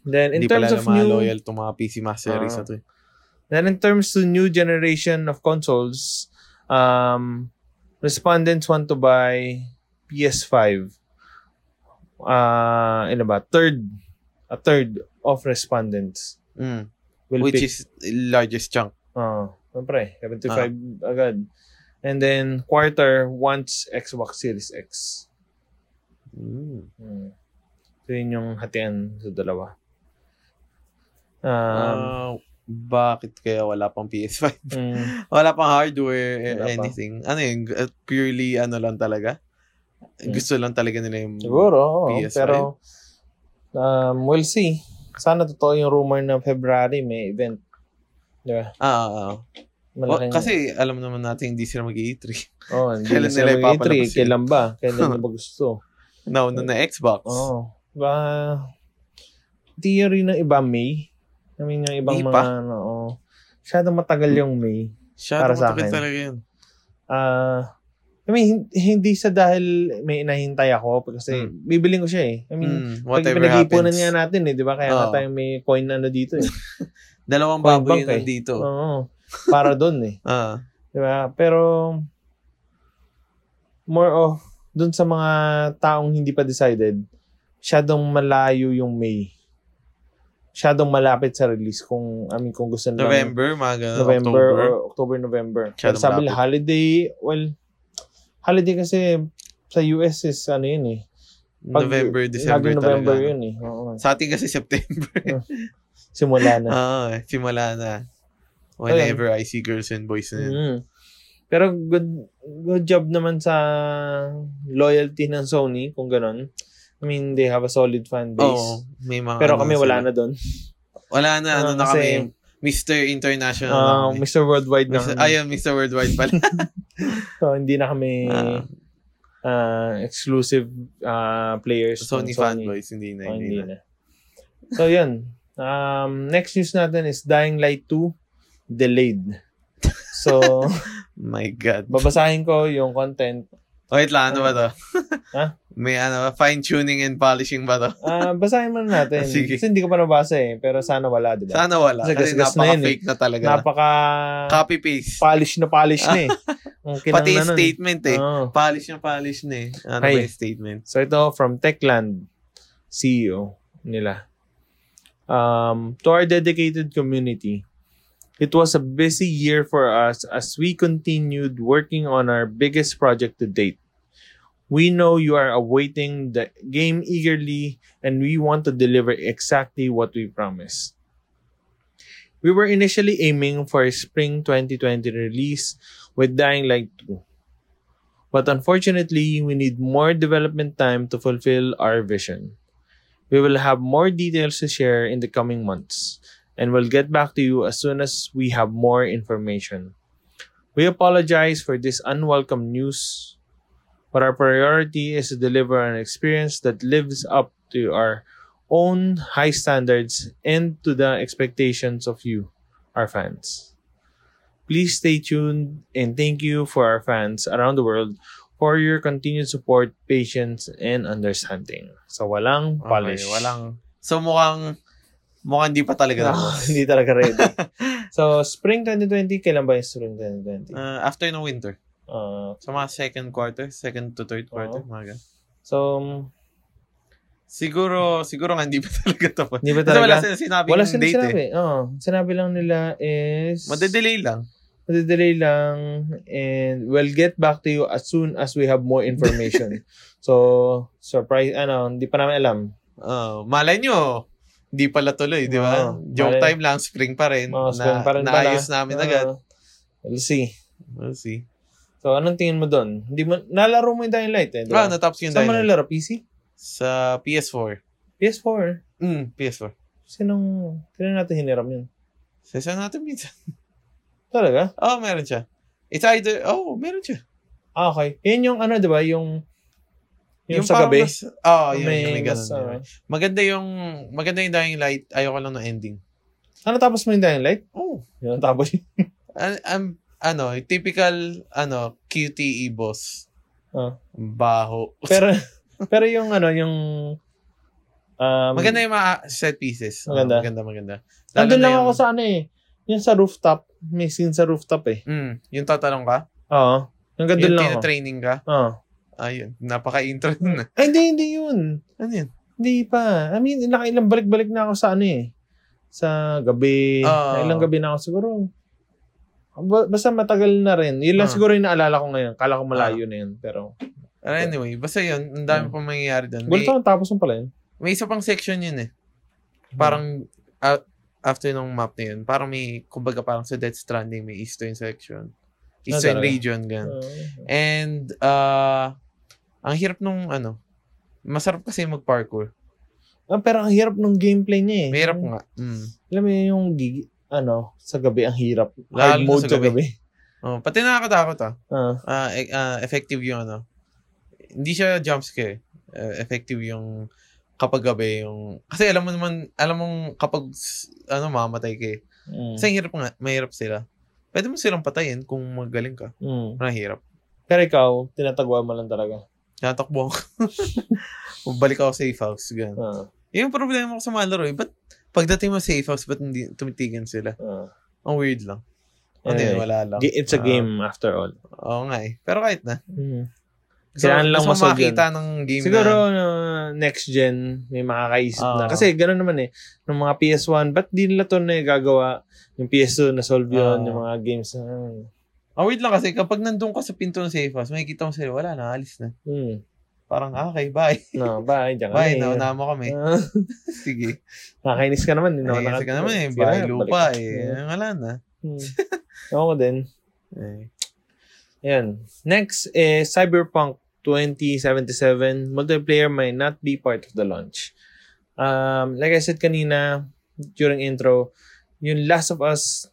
[SPEAKER 3] then in
[SPEAKER 2] Hindi
[SPEAKER 3] terms
[SPEAKER 2] pala
[SPEAKER 3] of
[SPEAKER 2] na mga
[SPEAKER 3] new
[SPEAKER 2] loyal to mga PC Master
[SPEAKER 3] Ah.
[SPEAKER 2] Series na to. eh.
[SPEAKER 3] then in terms to new generation of consoles, um, respondents want to buy PS5. Uh, ina ba? Third, a third of respondents
[SPEAKER 2] Mm.
[SPEAKER 3] will
[SPEAKER 2] Which
[SPEAKER 3] pick
[SPEAKER 2] is largest chunk.
[SPEAKER 3] Oo. Siyempre,
[SPEAKER 2] Ah.
[SPEAKER 3] 75 agad. And then, quarter wants Xbox Series X.
[SPEAKER 2] Mm.
[SPEAKER 3] Hmm. So, yun yung hatian sa dalawa. Um,
[SPEAKER 2] Ah, Hmm. bakit kaya wala pang PS5?
[SPEAKER 3] mm,
[SPEAKER 2] Wala pang hardware, eh,
[SPEAKER 3] Wala pa.
[SPEAKER 2] anything. Ano yun? Uh, Purely ano lang talaga?
[SPEAKER 3] Mm.
[SPEAKER 2] Gusto lang talaga nila yung...
[SPEAKER 3] siguro, oo.
[SPEAKER 2] PS5?
[SPEAKER 3] Pero, um, we'll see. Sana totoo yung rumor na February may event. Di ba?
[SPEAKER 2] Ah, ah, ah. Wa-
[SPEAKER 3] Malaking,
[SPEAKER 2] kasi alam naman natin hindi sila mag E3.
[SPEAKER 3] oh, hindi kailan
[SPEAKER 2] kailan nila
[SPEAKER 3] nila
[SPEAKER 2] ipapalabas
[SPEAKER 3] ipapalabas
[SPEAKER 2] yun?
[SPEAKER 3] Kailan ba? Kailan nila ba gusto?
[SPEAKER 2] Nauna na Xbox.
[SPEAKER 3] Oo. Ba, Diba? theory ng iba May. I mean, yung ibang
[SPEAKER 2] May
[SPEAKER 3] mga,
[SPEAKER 2] pa?
[SPEAKER 3] ano, oo. Masyadong matagal yung May.
[SPEAKER 2] Siya,
[SPEAKER 3] Para sa
[SPEAKER 2] tumatagal
[SPEAKER 3] akin.
[SPEAKER 2] talaga yun.
[SPEAKER 3] Ah, I mean, hin- hindi sa dahil may inahintay ako kasi bibiling ko siya eh. I mean,
[SPEAKER 2] Mm,
[SPEAKER 3] pag
[SPEAKER 2] Hmm. whatever
[SPEAKER 3] pinag-iipunan
[SPEAKER 2] happens.
[SPEAKER 3] nga natin eh, di ba? Kaya nga
[SPEAKER 2] Oo.
[SPEAKER 3] tayo may coin na ano dito eh.
[SPEAKER 2] Dalawang
[SPEAKER 3] Coin bank
[SPEAKER 2] baboy yun
[SPEAKER 3] eh.
[SPEAKER 2] nandito.
[SPEAKER 3] Oo. Para doon eh.
[SPEAKER 2] Ah,
[SPEAKER 3] Di ba? Diba? Pero, more of, dun sa mga taong hindi pa decided, masyadong malayo yung May. Masyadong malapit sa release kung, I mean, kung gusto nila.
[SPEAKER 2] November, mga ganun,
[SPEAKER 3] November
[SPEAKER 2] October.
[SPEAKER 3] or October, November.
[SPEAKER 2] Masyadong
[SPEAKER 3] Pero sabi nila,
[SPEAKER 2] malapit.
[SPEAKER 3] holiday, well, holiday kasi sa US is ano yun eh. Pag-
[SPEAKER 2] November,
[SPEAKER 3] laging
[SPEAKER 2] December
[SPEAKER 3] November
[SPEAKER 2] talaga.
[SPEAKER 3] yun eh. Oo.
[SPEAKER 2] Sa atin kasi September.
[SPEAKER 3] Simula na.
[SPEAKER 2] Ah, simula na. Whenever I see girls and boys na yun.
[SPEAKER 3] Mm. Pero good good job naman sa loyalty ng Sony kung ganun. I mean, they have a solid fan
[SPEAKER 2] Oo,
[SPEAKER 3] base.
[SPEAKER 2] may mga
[SPEAKER 3] Pero kami wala na
[SPEAKER 2] na.
[SPEAKER 3] doon.
[SPEAKER 2] Wala na, ano
[SPEAKER 3] Oo,
[SPEAKER 2] na
[SPEAKER 3] kasi-
[SPEAKER 2] kami. Mr. International na
[SPEAKER 3] Ah,
[SPEAKER 2] kami.
[SPEAKER 3] Mr. Worldwide na.
[SPEAKER 2] Mr.
[SPEAKER 3] kami.
[SPEAKER 2] Ayun, Mr. Worldwide pala.
[SPEAKER 3] So, hindi na kami
[SPEAKER 2] Ah.
[SPEAKER 3] ah, exclusive ah, players
[SPEAKER 2] Sony,
[SPEAKER 3] ng
[SPEAKER 2] fanboys, hindi na,
[SPEAKER 3] Oh,
[SPEAKER 2] hindi,
[SPEAKER 3] hindi
[SPEAKER 2] na.
[SPEAKER 3] na. So, yun. Um, next news natin is Dying Light 2 delayed. So,
[SPEAKER 2] My God.
[SPEAKER 3] babasahin ko yung content.
[SPEAKER 2] Wait lang, ano ba to?
[SPEAKER 3] Ha?
[SPEAKER 2] May ano ba? Fine tuning and polishing ba to?
[SPEAKER 3] Ah, basahin muna natin.
[SPEAKER 2] Sige.
[SPEAKER 3] Kasi hindi ko pa nabasa eh. Pero sana wala, di ba?
[SPEAKER 2] Sana wala.
[SPEAKER 3] Kasi
[SPEAKER 2] Kasi,
[SPEAKER 3] gasgas na yun eh.
[SPEAKER 2] napaka-fake na, talaga.
[SPEAKER 3] Napaka
[SPEAKER 2] Copy-paste.
[SPEAKER 3] polish na polish na eh. Ang kinang
[SPEAKER 2] Pati
[SPEAKER 3] na
[SPEAKER 2] yung
[SPEAKER 3] nun.
[SPEAKER 2] statement eh.
[SPEAKER 3] Oo.
[SPEAKER 2] Polish na polish na eh. Ano
[SPEAKER 3] Ay.
[SPEAKER 2] ba yung statement?
[SPEAKER 3] So ito from Techland CEO nila. Um, to our dedicated community, it was a busy year for us as we continued working on our biggest project to date. We know you are awaiting the game eagerly and we want to deliver exactly what we promised. We were initially aiming for a spring 2020 release with Dying Light 2. But unfortunately, we need more development time to fulfill our vision. We will have more details to share in the coming months, and we'll get back to you as soon as we have more information. We apologize for this unwelcome news, but our priority is to deliver an experience that lives up to our own high standards and to the expectations of you, our fans. Please stay tuned and thank you for our fans around the world for your continued support, patience, and understanding. So, walang
[SPEAKER 2] Okay,
[SPEAKER 3] polish.
[SPEAKER 2] walang... So mukhang... Mukhang hindi pa talaga
[SPEAKER 3] Ah,
[SPEAKER 2] tapos.
[SPEAKER 3] hindi talaga ready. so, spring 2020, kailan ba yung spring 2020?
[SPEAKER 2] Uh, after ng winter.
[SPEAKER 3] Ah,
[SPEAKER 2] So mga second quarter, second to third quarter,
[SPEAKER 3] Oo.
[SPEAKER 2] mga ganun.
[SPEAKER 3] so,
[SPEAKER 2] Siguro, siguro nga hindi pa talaga tapos.
[SPEAKER 3] hindi ba
[SPEAKER 2] Kasi wala
[SPEAKER 3] talaga?
[SPEAKER 2] silang sinabing
[SPEAKER 3] Wala
[SPEAKER 2] date
[SPEAKER 3] silang
[SPEAKER 2] eh.
[SPEAKER 3] sinabi. Oo. sinabi lang nila is...
[SPEAKER 2] Madedelay lang.
[SPEAKER 3] Madedelay lang. And we'll get back to you as soon as we have more information. so, surprise, ano, hindi pa namin alam.
[SPEAKER 2] Oh, malay nyo, hindi pala tuloy, di ba?
[SPEAKER 3] Oo,
[SPEAKER 2] Joke
[SPEAKER 3] malay.
[SPEAKER 2] time lang, spring pa rin.
[SPEAKER 3] Mga spring
[SPEAKER 2] na,
[SPEAKER 3] pa rin pala. Ah.
[SPEAKER 2] Naayos namin
[SPEAKER 3] Oo.
[SPEAKER 2] agad.
[SPEAKER 3] We'll see.
[SPEAKER 2] We'll see.
[SPEAKER 3] So, anong tingin mo doon? Hindi mo, nalaro mo yung Dying Light eh, di ba?
[SPEAKER 2] Ah, natapos ko yung
[SPEAKER 3] Saan mo
[SPEAKER 2] dahil.
[SPEAKER 3] nalaro? PC?
[SPEAKER 2] Sa PS4.
[SPEAKER 3] PS4?
[SPEAKER 2] Mm, PS4.
[SPEAKER 3] Sinong, sino natin hiniram yun?
[SPEAKER 2] Sesa natin minsan.
[SPEAKER 3] Talaga?
[SPEAKER 2] Oh, meron siya. It's either, oh, meron siya.
[SPEAKER 3] Ah, okay. Yun yung ano, di ba? Yung, yung, sa
[SPEAKER 2] parang
[SPEAKER 3] gabi.
[SPEAKER 2] mas- oh, yun,
[SPEAKER 3] May-
[SPEAKER 2] yung may
[SPEAKER 3] mas,
[SPEAKER 2] ganun. di ba? Maganda yung, maganda yung Dying Light. Ayoko lang ng ending.
[SPEAKER 3] ah, natapos mo yung Dying Light?
[SPEAKER 2] Oh.
[SPEAKER 3] Yung natapos yun.
[SPEAKER 2] An- am- ano, typical, ano, QTE boss.
[SPEAKER 3] Ah.
[SPEAKER 2] Baho.
[SPEAKER 3] Pero, pero yung ano, yung... Um,
[SPEAKER 2] maganda yung mga set pieces. Oh,
[SPEAKER 3] Maganda.
[SPEAKER 2] maganda, maganda. Lalo
[SPEAKER 3] Nandun
[SPEAKER 2] na
[SPEAKER 3] lang
[SPEAKER 2] yung-
[SPEAKER 3] ako sa ano eh. Yung sa rooftop. May scene sa rooftop eh.
[SPEAKER 2] Mm, yung tatanong ka?
[SPEAKER 3] Oo. Yung gandun
[SPEAKER 2] yung
[SPEAKER 3] lang ako.
[SPEAKER 2] tinatraining ka?
[SPEAKER 3] Oo.
[SPEAKER 2] Ayun, napaka-intro nun. ah.
[SPEAKER 3] Ay, hindi, hindi yun.
[SPEAKER 2] Ano yun?
[SPEAKER 3] Hindi pa. I mean, nakailang balik-balik na ako sa ano eh. Sa gabi.
[SPEAKER 2] Oo.
[SPEAKER 3] Nakailang gabi na ako siguro. Ba- Basta matagal na rin. Yun lang
[SPEAKER 2] Ah.
[SPEAKER 3] siguro yung naalala ko ngayon. Kala ko malayo na yun. Pero,
[SPEAKER 2] Pero anyway, basta yun, ang dami
[SPEAKER 3] Mm.
[SPEAKER 2] pang mangyayari doon. May,
[SPEAKER 3] gulat ako tapos mo pala yun.
[SPEAKER 2] may isa pang section yun eh. Parang, ah, after ng map na yun, parang may, kumbaga parang sa Death Stranding, may eastern section.
[SPEAKER 3] Ah, talaga?
[SPEAKER 2] Eastern
[SPEAKER 3] Ah.
[SPEAKER 2] region, ganun.
[SPEAKER 3] Oo.
[SPEAKER 2] And, uh, ang hirap nung, ano, masarap kasi mag-parkour.
[SPEAKER 3] Ah, pero ang hirap ng gameplay niya eh.
[SPEAKER 2] Mahirap nga. Mm.
[SPEAKER 3] Alam mo yun, yung gig, ano, sa gabi, ang hirap.
[SPEAKER 2] Lalo
[SPEAKER 3] Hard
[SPEAKER 2] na
[SPEAKER 3] mode
[SPEAKER 2] sa
[SPEAKER 3] sa gabi.
[SPEAKER 2] Oh, pati nakakatakot ah.
[SPEAKER 3] Ah,
[SPEAKER 2] Ah, e- ah, effective yung ano. Hindi siya jump scare. Uh, effective yung kapag gabi yung... Kasi alam mo naman, alam mong kapag s- ano, mamatay ka eh.
[SPEAKER 3] Mm.
[SPEAKER 2] Kasi ang hirap nga, mahirap sila. Pwede mo silang patayin kung magaling ka.
[SPEAKER 3] Mm.
[SPEAKER 2] Parang hirap.
[SPEAKER 3] Pero ikaw, tinatagwa mo lang talaga.
[SPEAKER 2] Natakbo ako. Balik ako sa safe house. Ganun.
[SPEAKER 3] Ah,
[SPEAKER 2] Yung problema ko sa mga laro eh, ba't pagdating mo sa safe house, ba't hindi tumitigan sila?
[SPEAKER 3] ah.
[SPEAKER 2] Ang weird lang. Hindi,
[SPEAKER 3] Anyway,
[SPEAKER 2] wala lang.
[SPEAKER 3] g- Eh, it's a
[SPEAKER 2] Ah,
[SPEAKER 3] game after all.
[SPEAKER 2] Oo nga eh. Pero kahit na.
[SPEAKER 3] Mm.
[SPEAKER 2] Gusto,
[SPEAKER 3] Kailangan lang
[SPEAKER 2] gusto
[SPEAKER 3] masolve yun.
[SPEAKER 2] makita ng game
[SPEAKER 3] Siguro
[SPEAKER 2] na...
[SPEAKER 3] na next gen may makakaisip
[SPEAKER 2] Ah.
[SPEAKER 3] na. Kasi gano'n naman eh. Ng mga PS1, ba't di nila to na gagawa? Yung PS2 na solve yun,
[SPEAKER 2] Ah.
[SPEAKER 3] yung mga games na...
[SPEAKER 2] Ang weird lang kasi kapag nandun ka sa pinto ng safe house, makikita mo sila, wala na, alis na.
[SPEAKER 3] Hmm.
[SPEAKER 2] Parang, ah, okay, bye.
[SPEAKER 3] No, bye. Diyan ka na
[SPEAKER 2] Bye,
[SPEAKER 3] eh.
[SPEAKER 2] naunahan mo kami.
[SPEAKER 3] Ah,
[SPEAKER 2] Sige.
[SPEAKER 3] Nakakainis ka naman.
[SPEAKER 2] No,
[SPEAKER 3] Nakakainis
[SPEAKER 2] Kasi ka naman eh, bahay lupa eh. Wala na.
[SPEAKER 3] Hmm. Ako din.
[SPEAKER 2] Eh,
[SPEAKER 3] Ayan. Next is Cyberpunk 2077. Multiplayer may not be part of the launch. Um, like I said kanina, during intro, yung Last of Us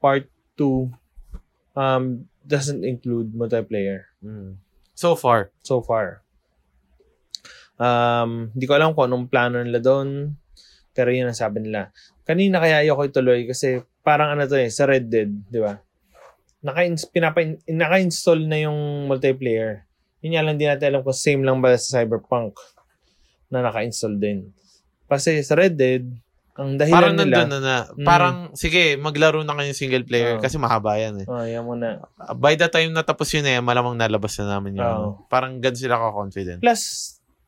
[SPEAKER 3] Part 2 um, doesn't include multiplayer Hmm.
[SPEAKER 2] mm. So far.
[SPEAKER 3] so far. Um, di ko alam kung anong plano nila doon. Pero yun ang sabi nila. Kanina kaya ayoko ituloy kasi parang ano to eh, sa Red Dead, di ba? Naka, pinapa, naka-install na yung multiplayer. Yun nga lang di natin alam kung same lang ba sa Cyberpunk na naka-install din. Kasi sa Red Dead, ang dahilan
[SPEAKER 2] Parang
[SPEAKER 3] nila...
[SPEAKER 2] nandun na na.
[SPEAKER 3] Mm. Oh.
[SPEAKER 2] Parang, sige, maglaro na kayo single player
[SPEAKER 3] Oo.
[SPEAKER 2] kasi mahaba yan eh.
[SPEAKER 3] Oh, yan muna.
[SPEAKER 2] By the time natapos yun eh, malamang nalabas na namin yun.
[SPEAKER 3] Oo.
[SPEAKER 2] Parang ganun sila ka-confident.
[SPEAKER 3] Plus,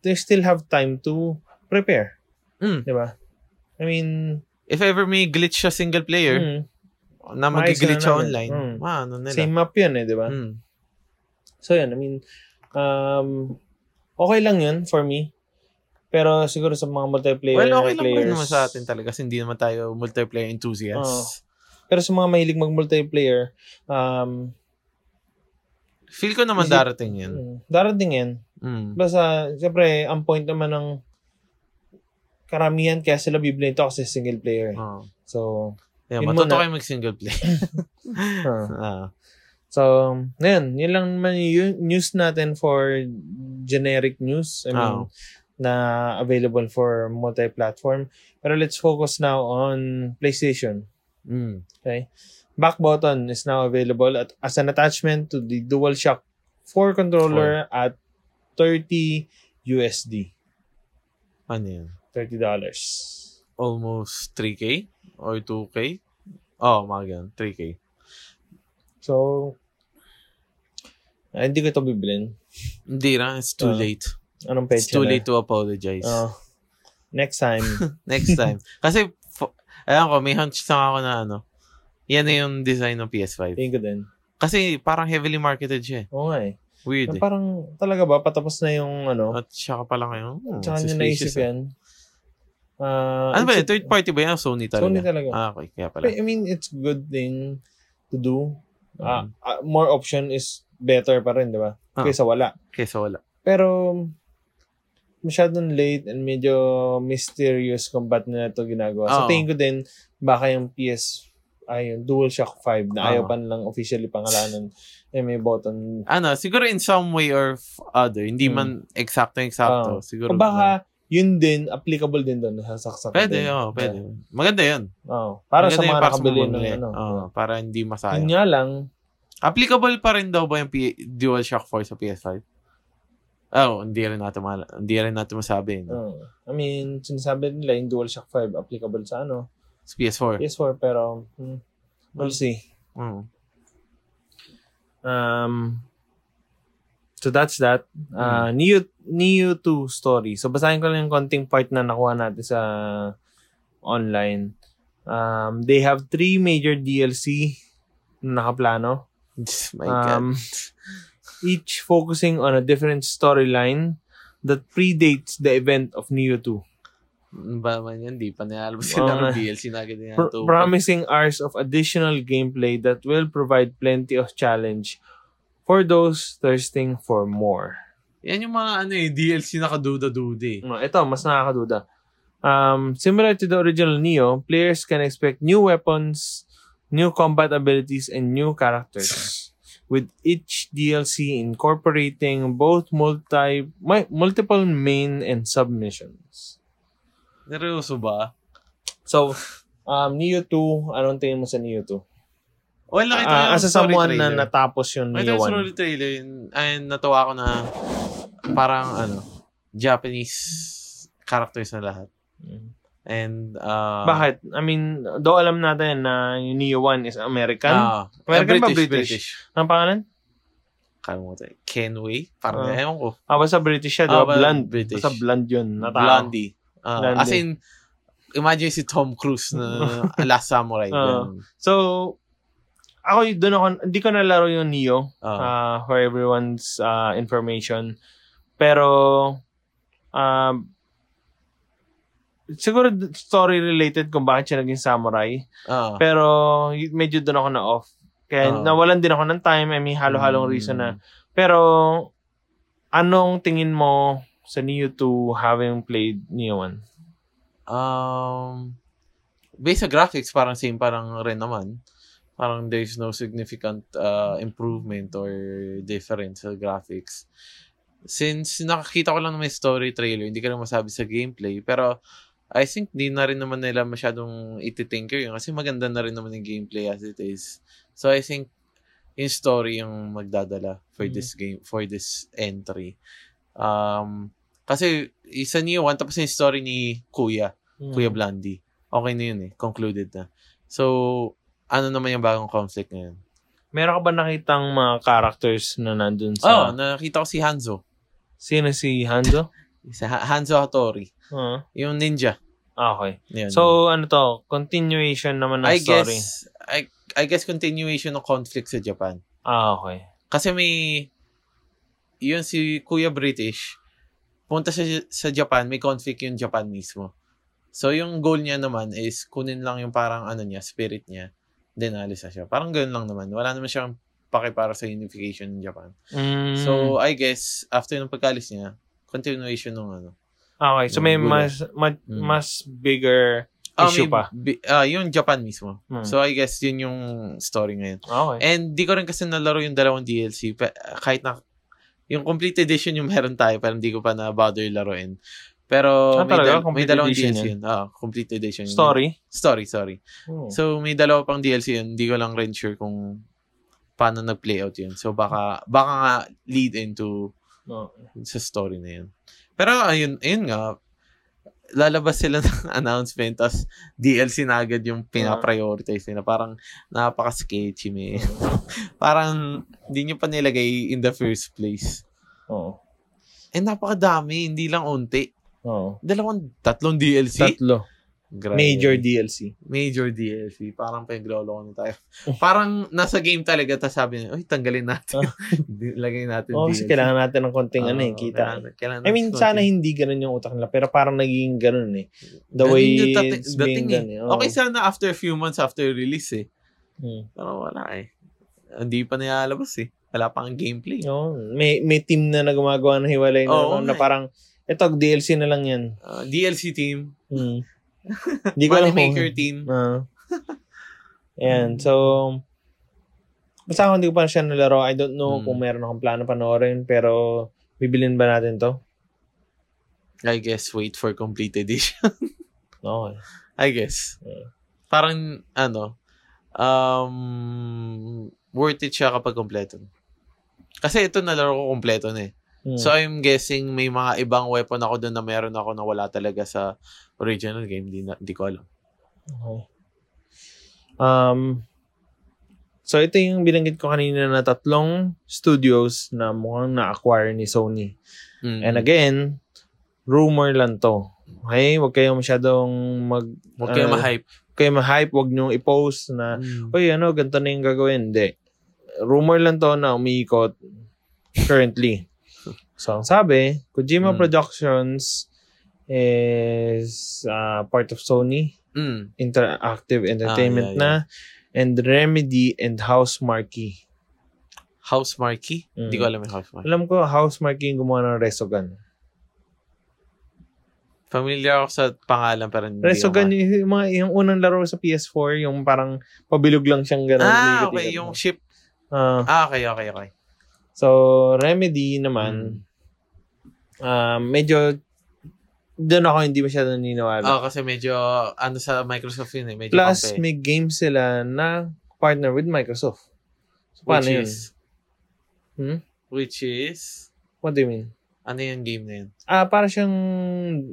[SPEAKER 3] they still have time to prepare.
[SPEAKER 2] Mm.
[SPEAKER 3] Di ba? I mean...
[SPEAKER 2] If ever may glitch siya single player,
[SPEAKER 3] mm,
[SPEAKER 2] na
[SPEAKER 3] Maayos na
[SPEAKER 2] mag-glitch siya
[SPEAKER 3] namin.
[SPEAKER 2] online,
[SPEAKER 3] Mm.
[SPEAKER 2] maano nila.
[SPEAKER 3] same map yun eh, di ba?
[SPEAKER 2] Mm.
[SPEAKER 3] So yun, I mean, um, okay lang yun for me. Pero siguro sa mga multiplayer
[SPEAKER 2] Well, okay lang
[SPEAKER 3] players.
[SPEAKER 2] rin naman sa atin talaga kasi hindi naman tayo multiplayer enthusiasts.
[SPEAKER 3] Pero sa mga mahilig mag-multiplayer, um,
[SPEAKER 2] Feel ko
[SPEAKER 3] Is
[SPEAKER 2] naman
[SPEAKER 3] it-
[SPEAKER 2] darating yun.
[SPEAKER 3] hmm, darating yan. Hmm.
[SPEAKER 2] Mm.
[SPEAKER 3] Basta, ah, siyempre, ang point naman ng karamihan kaya sila bibili nito kasi single player. eh.
[SPEAKER 2] Oh.
[SPEAKER 3] So,
[SPEAKER 2] Yeah,
[SPEAKER 3] Yun
[SPEAKER 2] matuto
[SPEAKER 3] muna.
[SPEAKER 2] kayo mag-single player.
[SPEAKER 3] huh.
[SPEAKER 2] ah.
[SPEAKER 3] so, yun. Yun lang naman yung news natin for generic news. I mean,
[SPEAKER 2] Oh.
[SPEAKER 3] na available for multi-platform. Pero let's focus now on PlayStation.
[SPEAKER 2] Mm.
[SPEAKER 3] Back button is now available at, as an attachment to the DualShock 4 controller at 30 USD.
[SPEAKER 2] Ano yun?
[SPEAKER 3] $30. dollars.
[SPEAKER 2] Almost 3K? Or 2K? Oh, mga ganun. 3K.
[SPEAKER 3] So, ah, hindi ko ito bibilin.
[SPEAKER 2] Hindi na. It's too
[SPEAKER 3] Ah,
[SPEAKER 2] late.
[SPEAKER 3] Anong page
[SPEAKER 2] It's too late to apologize.
[SPEAKER 3] next time.
[SPEAKER 2] Next time. Kasi, fo- alam ko, may hunch na ako na ano. Yan na yung design ng PS5.
[SPEAKER 3] Tingin ko din.
[SPEAKER 2] Kasi parang heavily marketed siya eh.
[SPEAKER 3] Oo nga eh.
[SPEAKER 2] Weird eh.
[SPEAKER 3] Parang talaga ba patapos na yung ano?
[SPEAKER 2] At saka pala ngayon. Hmm,
[SPEAKER 3] Tsaka nyo
[SPEAKER 2] suspicious
[SPEAKER 3] naisip
[SPEAKER 2] ah.
[SPEAKER 3] yan. Ah,
[SPEAKER 2] Ano ba
[SPEAKER 3] it's
[SPEAKER 2] yun?
[SPEAKER 3] a-
[SPEAKER 2] Third party ba yan? Sony talaga?
[SPEAKER 3] Sony talaga.
[SPEAKER 2] Ah, okay. Kaya pala.
[SPEAKER 3] But, I mean, it's good thing to do. Ah,
[SPEAKER 2] Mm.
[SPEAKER 3] ah, more option is better pa rin, di ba?
[SPEAKER 2] Ah.
[SPEAKER 3] Kaysa wala.
[SPEAKER 2] Kesa wala.
[SPEAKER 3] Pero, masyadong late and medyo mysterious kung ba't nila ito ginagawa. So,
[SPEAKER 2] Oo.
[SPEAKER 3] tingin ko din, baka yung PS, ay, yung DualShock 5 na ayaw
[SPEAKER 2] Oo.
[SPEAKER 3] pa nilang officially pangalanan. eh, may button.
[SPEAKER 2] Ano, siguro in some way or f- other. Hindi
[SPEAKER 3] Hmm.
[SPEAKER 2] man
[SPEAKER 3] Ah.
[SPEAKER 2] eksakto-eksakto.
[SPEAKER 3] O
[SPEAKER 2] siguro.
[SPEAKER 3] baka, yun din, applicable din doon. Nasasaksak din.
[SPEAKER 2] Pwede, oo, pwede. Maganda yun.
[SPEAKER 3] Oo. para
[SPEAKER 2] Maganda
[SPEAKER 3] sa
[SPEAKER 2] yun
[SPEAKER 3] mga nakabili
[SPEAKER 2] mga
[SPEAKER 3] ng
[SPEAKER 2] bumili.
[SPEAKER 3] ano.
[SPEAKER 2] eh. Oo, para hindi masayang.
[SPEAKER 3] Yun nga lang,
[SPEAKER 2] Applicable pa rin daw ba yung P- DualShock 4 sa PS5? Oh, hindi rin natin, maala- hindi rin natin masabi. No?
[SPEAKER 3] oo. I mean, sinasabi nila yung DualShock 5 applicable sa ano,
[SPEAKER 2] Sa PS4.
[SPEAKER 3] PS4 pero hmm, we'll see.
[SPEAKER 2] Mm.
[SPEAKER 3] Um, so that's that.
[SPEAKER 2] Hmm.
[SPEAKER 3] Uh, Neo, Neo 2 story. So basahin ko lang yung konting part na nakuha natin sa online. Um, they have three major DLC na nakaplano.
[SPEAKER 2] My God.
[SPEAKER 3] Um, each focusing on a different storyline that predates the event of Neo 2.
[SPEAKER 2] Ano ba man yan? Di pa
[SPEAKER 3] Oo
[SPEAKER 2] nilalabas sila ng
[SPEAKER 3] nga.
[SPEAKER 2] DLC na agad yan.
[SPEAKER 3] Pr- promising hours of additional gameplay that will provide plenty of challenge for those thirsting for more.
[SPEAKER 2] Yan yung mga ano eh, DLC na kaduda-duda eh.
[SPEAKER 3] No, ito, mas nakakaduda. Um, similar to the original Neo, players can expect new weapons, new combat abilities, and new characters. with each DLC incorporating both multi mi- multiple main and submissions.
[SPEAKER 2] Neryoso ba?
[SPEAKER 3] So, um, Neo 2, anong tingin mo sa Neo 2?
[SPEAKER 2] Well, nakita ko
[SPEAKER 3] Ah,
[SPEAKER 2] yung
[SPEAKER 3] as a
[SPEAKER 2] story
[SPEAKER 3] someone na
[SPEAKER 2] trailer.
[SPEAKER 3] natapos yung
[SPEAKER 2] Nakita
[SPEAKER 3] Neo
[SPEAKER 2] ko yung
[SPEAKER 3] 1.
[SPEAKER 2] story trailer yun, and natuwa ako na parang ano, Japanese characters na lahat.
[SPEAKER 3] Mm.
[SPEAKER 2] And, uh,
[SPEAKER 3] Bakit? I mean, do alam natin na yung Neo 1 is American.
[SPEAKER 2] ah,
[SPEAKER 3] American ba
[SPEAKER 2] British, British.
[SPEAKER 3] British? Ang pangalan?
[SPEAKER 2] Kalimutan. Kenway? Parang,
[SPEAKER 3] Ah.
[SPEAKER 2] ewan ko.
[SPEAKER 3] Ah, basta British siya.
[SPEAKER 2] Ah,
[SPEAKER 3] Diba?
[SPEAKER 2] ba-
[SPEAKER 3] blonde.
[SPEAKER 2] British.
[SPEAKER 3] Basta blonde yun. Na tao.
[SPEAKER 2] Blondie. Ah,
[SPEAKER 3] Blondie.
[SPEAKER 2] as in, imagine si Tom Cruise na Last Samurai.
[SPEAKER 3] Ah.
[SPEAKER 2] ganun.
[SPEAKER 3] So, ako y- doon ako, hindi ko nalaro yung Neo
[SPEAKER 2] Ah.
[SPEAKER 3] uh, for everyone's uh, information. Pero, um, siguro d- story related kung bakit siya naging samurai.
[SPEAKER 2] Ah.
[SPEAKER 3] Pero, y- medyo doon ako na off. Kaya
[SPEAKER 2] Ah.
[SPEAKER 3] nawalan din ako ng time. I mean, halo-halong
[SPEAKER 2] Mm.
[SPEAKER 3] reason na. Pero, anong tingin mo sa Neo 2 having played Neo 1?
[SPEAKER 2] Um, based sa graphics, parang same parang rin naman. Parang there's no significant uh, improvement or difference sa graphics. Since nakakita ko lang na may story trailer, hindi ko lang masabi sa gameplay. Pero I think di na rin naman nila masyadong ititinker yun kasi maganda na rin naman yung gameplay as it is. So I think yung story yung magdadala for
[SPEAKER 3] Mm.
[SPEAKER 2] this game, for this entry. Um, kasi isa niyo, one tapos yung story ni Kuya. Kuya
[SPEAKER 3] Mm.
[SPEAKER 2] Blondie. Okay na yun eh. Concluded na. So, ano naman yung bagong conflict ngayon?
[SPEAKER 3] Meron ka ba nakitang mga characters na nandun sa...
[SPEAKER 2] Oh, nakita ko si Hanzo.
[SPEAKER 3] Sino si Hanzo?
[SPEAKER 2] Si Ha- Hanzo Hattori.
[SPEAKER 3] Ah,
[SPEAKER 2] Yung ninja.
[SPEAKER 3] Okay.
[SPEAKER 2] Yun.
[SPEAKER 3] So, ano to? Continuation naman ng
[SPEAKER 2] I
[SPEAKER 3] story.
[SPEAKER 2] guess, I, I guess continuation ng conflict sa Japan.
[SPEAKER 3] Ah, okay.
[SPEAKER 2] Kasi may, yun si Kuya British, punta sa, sa Japan, may conflict yung Japan mismo. So, yung goal niya naman is kunin lang yung parang ano niya, spirit niya, then alis na siya. Parang ganun lang naman. Wala naman siyang paki para sa unification ng Japan.
[SPEAKER 3] Mm,
[SPEAKER 2] So, I guess, after ng pagkalis niya, continuation ng ano.
[SPEAKER 3] okay. So, may
[SPEAKER 2] Gulo.
[SPEAKER 3] mas ma-
[SPEAKER 2] Mm.
[SPEAKER 3] mas bigger
[SPEAKER 2] Ah,
[SPEAKER 3] issue
[SPEAKER 2] may
[SPEAKER 3] pa.
[SPEAKER 2] bi- ah, yung Japan mismo.
[SPEAKER 3] Mm.
[SPEAKER 2] So, I guess, yun yung story ngayon.
[SPEAKER 3] okay.
[SPEAKER 2] And di ko rin kasi nalaro yung dalawang DLC. pa- kahit na, yung complete edition yung meron tayo, pero hindi ko pa na-bother laruin. Pero,
[SPEAKER 3] Ah,
[SPEAKER 2] may,
[SPEAKER 3] talaga?
[SPEAKER 2] dal- may
[SPEAKER 3] Complete
[SPEAKER 2] dalawang
[SPEAKER 3] edition
[SPEAKER 2] DLC yun. Ah, complete edition. yun.
[SPEAKER 3] story?
[SPEAKER 2] Story, sorry.
[SPEAKER 3] Hmm.
[SPEAKER 2] So, may dalawa pang DLC yun. Hindi ko lang rin sure kung paano nag-play out yun. So, baka, baka nga lead into
[SPEAKER 3] Oh.
[SPEAKER 2] sa story na yun. Pero ayun, ayun nga, lalabas sila ng announcement tapos DLC na agad yung pinaprioritize nila. Parang napaka-sketchy, me. Parang hindi nyo pa nilagay in the first place.
[SPEAKER 3] Oo.
[SPEAKER 2] Eh, napakadami. Hindi lang unti.
[SPEAKER 3] Oo.
[SPEAKER 2] Dalawang, tatlong DLC.
[SPEAKER 3] oh, Tatlo.
[SPEAKER 2] Grabe.
[SPEAKER 3] Major DLC.
[SPEAKER 2] Major DLC. Parang pinaglolo na tayo. Parang nasa game talaga tapos sabi nila, uy, tanggalin natin. Lagay natin
[SPEAKER 3] Oo, Oh, kasi kailangan natin ng konting ano eh,
[SPEAKER 2] Oo,
[SPEAKER 3] kita.
[SPEAKER 2] Ah, kailangan- kailangan
[SPEAKER 3] I mean,
[SPEAKER 2] natin
[SPEAKER 3] sana
[SPEAKER 2] konti.
[SPEAKER 3] hindi ganun yung utak nila, pero parang nagiging ganun eh. The
[SPEAKER 2] Ganun
[SPEAKER 3] way
[SPEAKER 2] yung dati-
[SPEAKER 3] it's being
[SPEAKER 2] dating eh.
[SPEAKER 3] done eh. Oo.
[SPEAKER 2] Okay sana after a few months after release eh.
[SPEAKER 3] Hmm.
[SPEAKER 2] Pero wala eh. Hindi pa nilalabas eh. Wala pang gameplay.
[SPEAKER 3] No, may may team na nagumagawa ng hiwalay na,
[SPEAKER 2] Oo
[SPEAKER 3] ano, na
[SPEAKER 2] nga eh.
[SPEAKER 3] parang eto DLC na lang 'yan.
[SPEAKER 2] Uh, DLC team,
[SPEAKER 3] Mm. Hindi ko alam kung
[SPEAKER 2] Moneymaker team.
[SPEAKER 3] Ah. Ayan, so basta ako hindi ko pa siya nalaro. I don't know
[SPEAKER 2] Mm.
[SPEAKER 3] kung meron akong plano panoorin pero bibilin ba natin 'to?
[SPEAKER 2] I guess wait for complete edition.
[SPEAKER 3] No.
[SPEAKER 2] I guess.
[SPEAKER 3] Yeah.
[SPEAKER 2] Parang ano, um, worth it siya kapag kompleto. Kasi ito nalaro ko kompleto na eh.
[SPEAKER 3] Mm.
[SPEAKER 2] So I'm guessing may mga ibang weapon ako doon na meron ako na wala talaga sa original game. Hindi, na, hindi ko alam.
[SPEAKER 3] Okay. Um So ito yung binanggit ko kanina na tatlong studios na mukhang na-acquire ni Sony.
[SPEAKER 2] Mm.
[SPEAKER 3] And again, rumor lang to. Okay? Huwag kayong masyadong mag...
[SPEAKER 2] Huwag kayo
[SPEAKER 3] ano,
[SPEAKER 2] ma-hype.
[SPEAKER 3] Huwag kayong ma-hype. Huwag nyo i-post na,
[SPEAKER 2] Mm.
[SPEAKER 3] Uy, ano, ganito na yung gagawin. Hindi. Rumor lang to na umiikot currently. so, ang sabi, Kojima
[SPEAKER 2] Mm.
[SPEAKER 3] Productions is uh, part of Sony
[SPEAKER 2] Mm.
[SPEAKER 3] Interactive Entertainment
[SPEAKER 2] Ah, yeah.
[SPEAKER 3] na and Remedy and House Marquee.
[SPEAKER 2] House Marquee?
[SPEAKER 3] Mm.
[SPEAKER 2] Hindi ko alam yung House Marquee.
[SPEAKER 3] Alam ko, House Marquee yung gumawa ng Resogun.
[SPEAKER 2] Familiar ako sa pangalan pero hindi
[SPEAKER 3] Resogun,
[SPEAKER 2] ako-
[SPEAKER 3] yung, yung, mga, yung unang laro sa PS4, yung parang pabilog lang siyang gano'n. umiikot-ikot
[SPEAKER 2] Ah, okay.
[SPEAKER 3] na.
[SPEAKER 2] Yung ship.
[SPEAKER 3] Ah,
[SPEAKER 2] Ah, okay, okay, okay.
[SPEAKER 3] so, Remedy naman,
[SPEAKER 2] Hmm.
[SPEAKER 3] ah, medyo, doon ako hindi masyado naniniwala.
[SPEAKER 2] Oh, kasi medyo, ano sa Microsoft yun eh, medyo
[SPEAKER 3] Plus,
[SPEAKER 2] kampe.
[SPEAKER 3] may game sila na partner with Microsoft. So, paano yun?
[SPEAKER 2] which is,
[SPEAKER 3] Hmm?
[SPEAKER 2] which is,
[SPEAKER 3] What do you mean?
[SPEAKER 2] ano yung game na yun?
[SPEAKER 3] Ah, para siyang,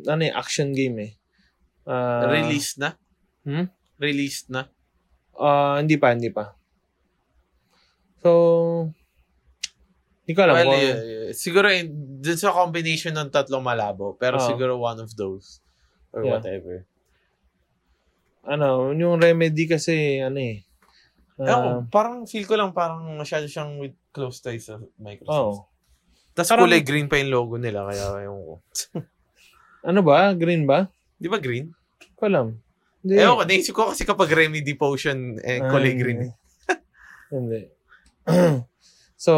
[SPEAKER 3] ano eh, action game eh. Ah,
[SPEAKER 2] Release na?
[SPEAKER 3] Hmm?
[SPEAKER 2] Release na?
[SPEAKER 3] Ah, hindi pa, hindi pa. So, hindi ko alam
[SPEAKER 2] well,
[SPEAKER 3] kung-
[SPEAKER 2] yeah, yeah. siguro, in, dun sa combination ng tatlong malabo, pero
[SPEAKER 3] Oo.
[SPEAKER 2] siguro one of those. Or
[SPEAKER 3] Ah. Yeah.
[SPEAKER 2] whatever.
[SPEAKER 3] ano, yung remedy kasi, ano eh.
[SPEAKER 2] Ewan
[SPEAKER 3] ah,
[SPEAKER 2] ko, parang feel ko lang parang masyado siyang with close ties sa
[SPEAKER 3] oh.
[SPEAKER 2] Microsoft. Tapos
[SPEAKER 3] Parang-
[SPEAKER 2] kulay green pa yung logo nila, kaya ewan ko.
[SPEAKER 3] Ano ba? Green ba?
[SPEAKER 2] Di ba green?
[SPEAKER 3] Hindi ko alam. Hindi.
[SPEAKER 2] Ewan ko, naisip ko kasi kapag remedy potion, eh,
[SPEAKER 3] Ah,
[SPEAKER 2] kulay
[SPEAKER 3] hindi.
[SPEAKER 2] green.
[SPEAKER 3] Hindi. so,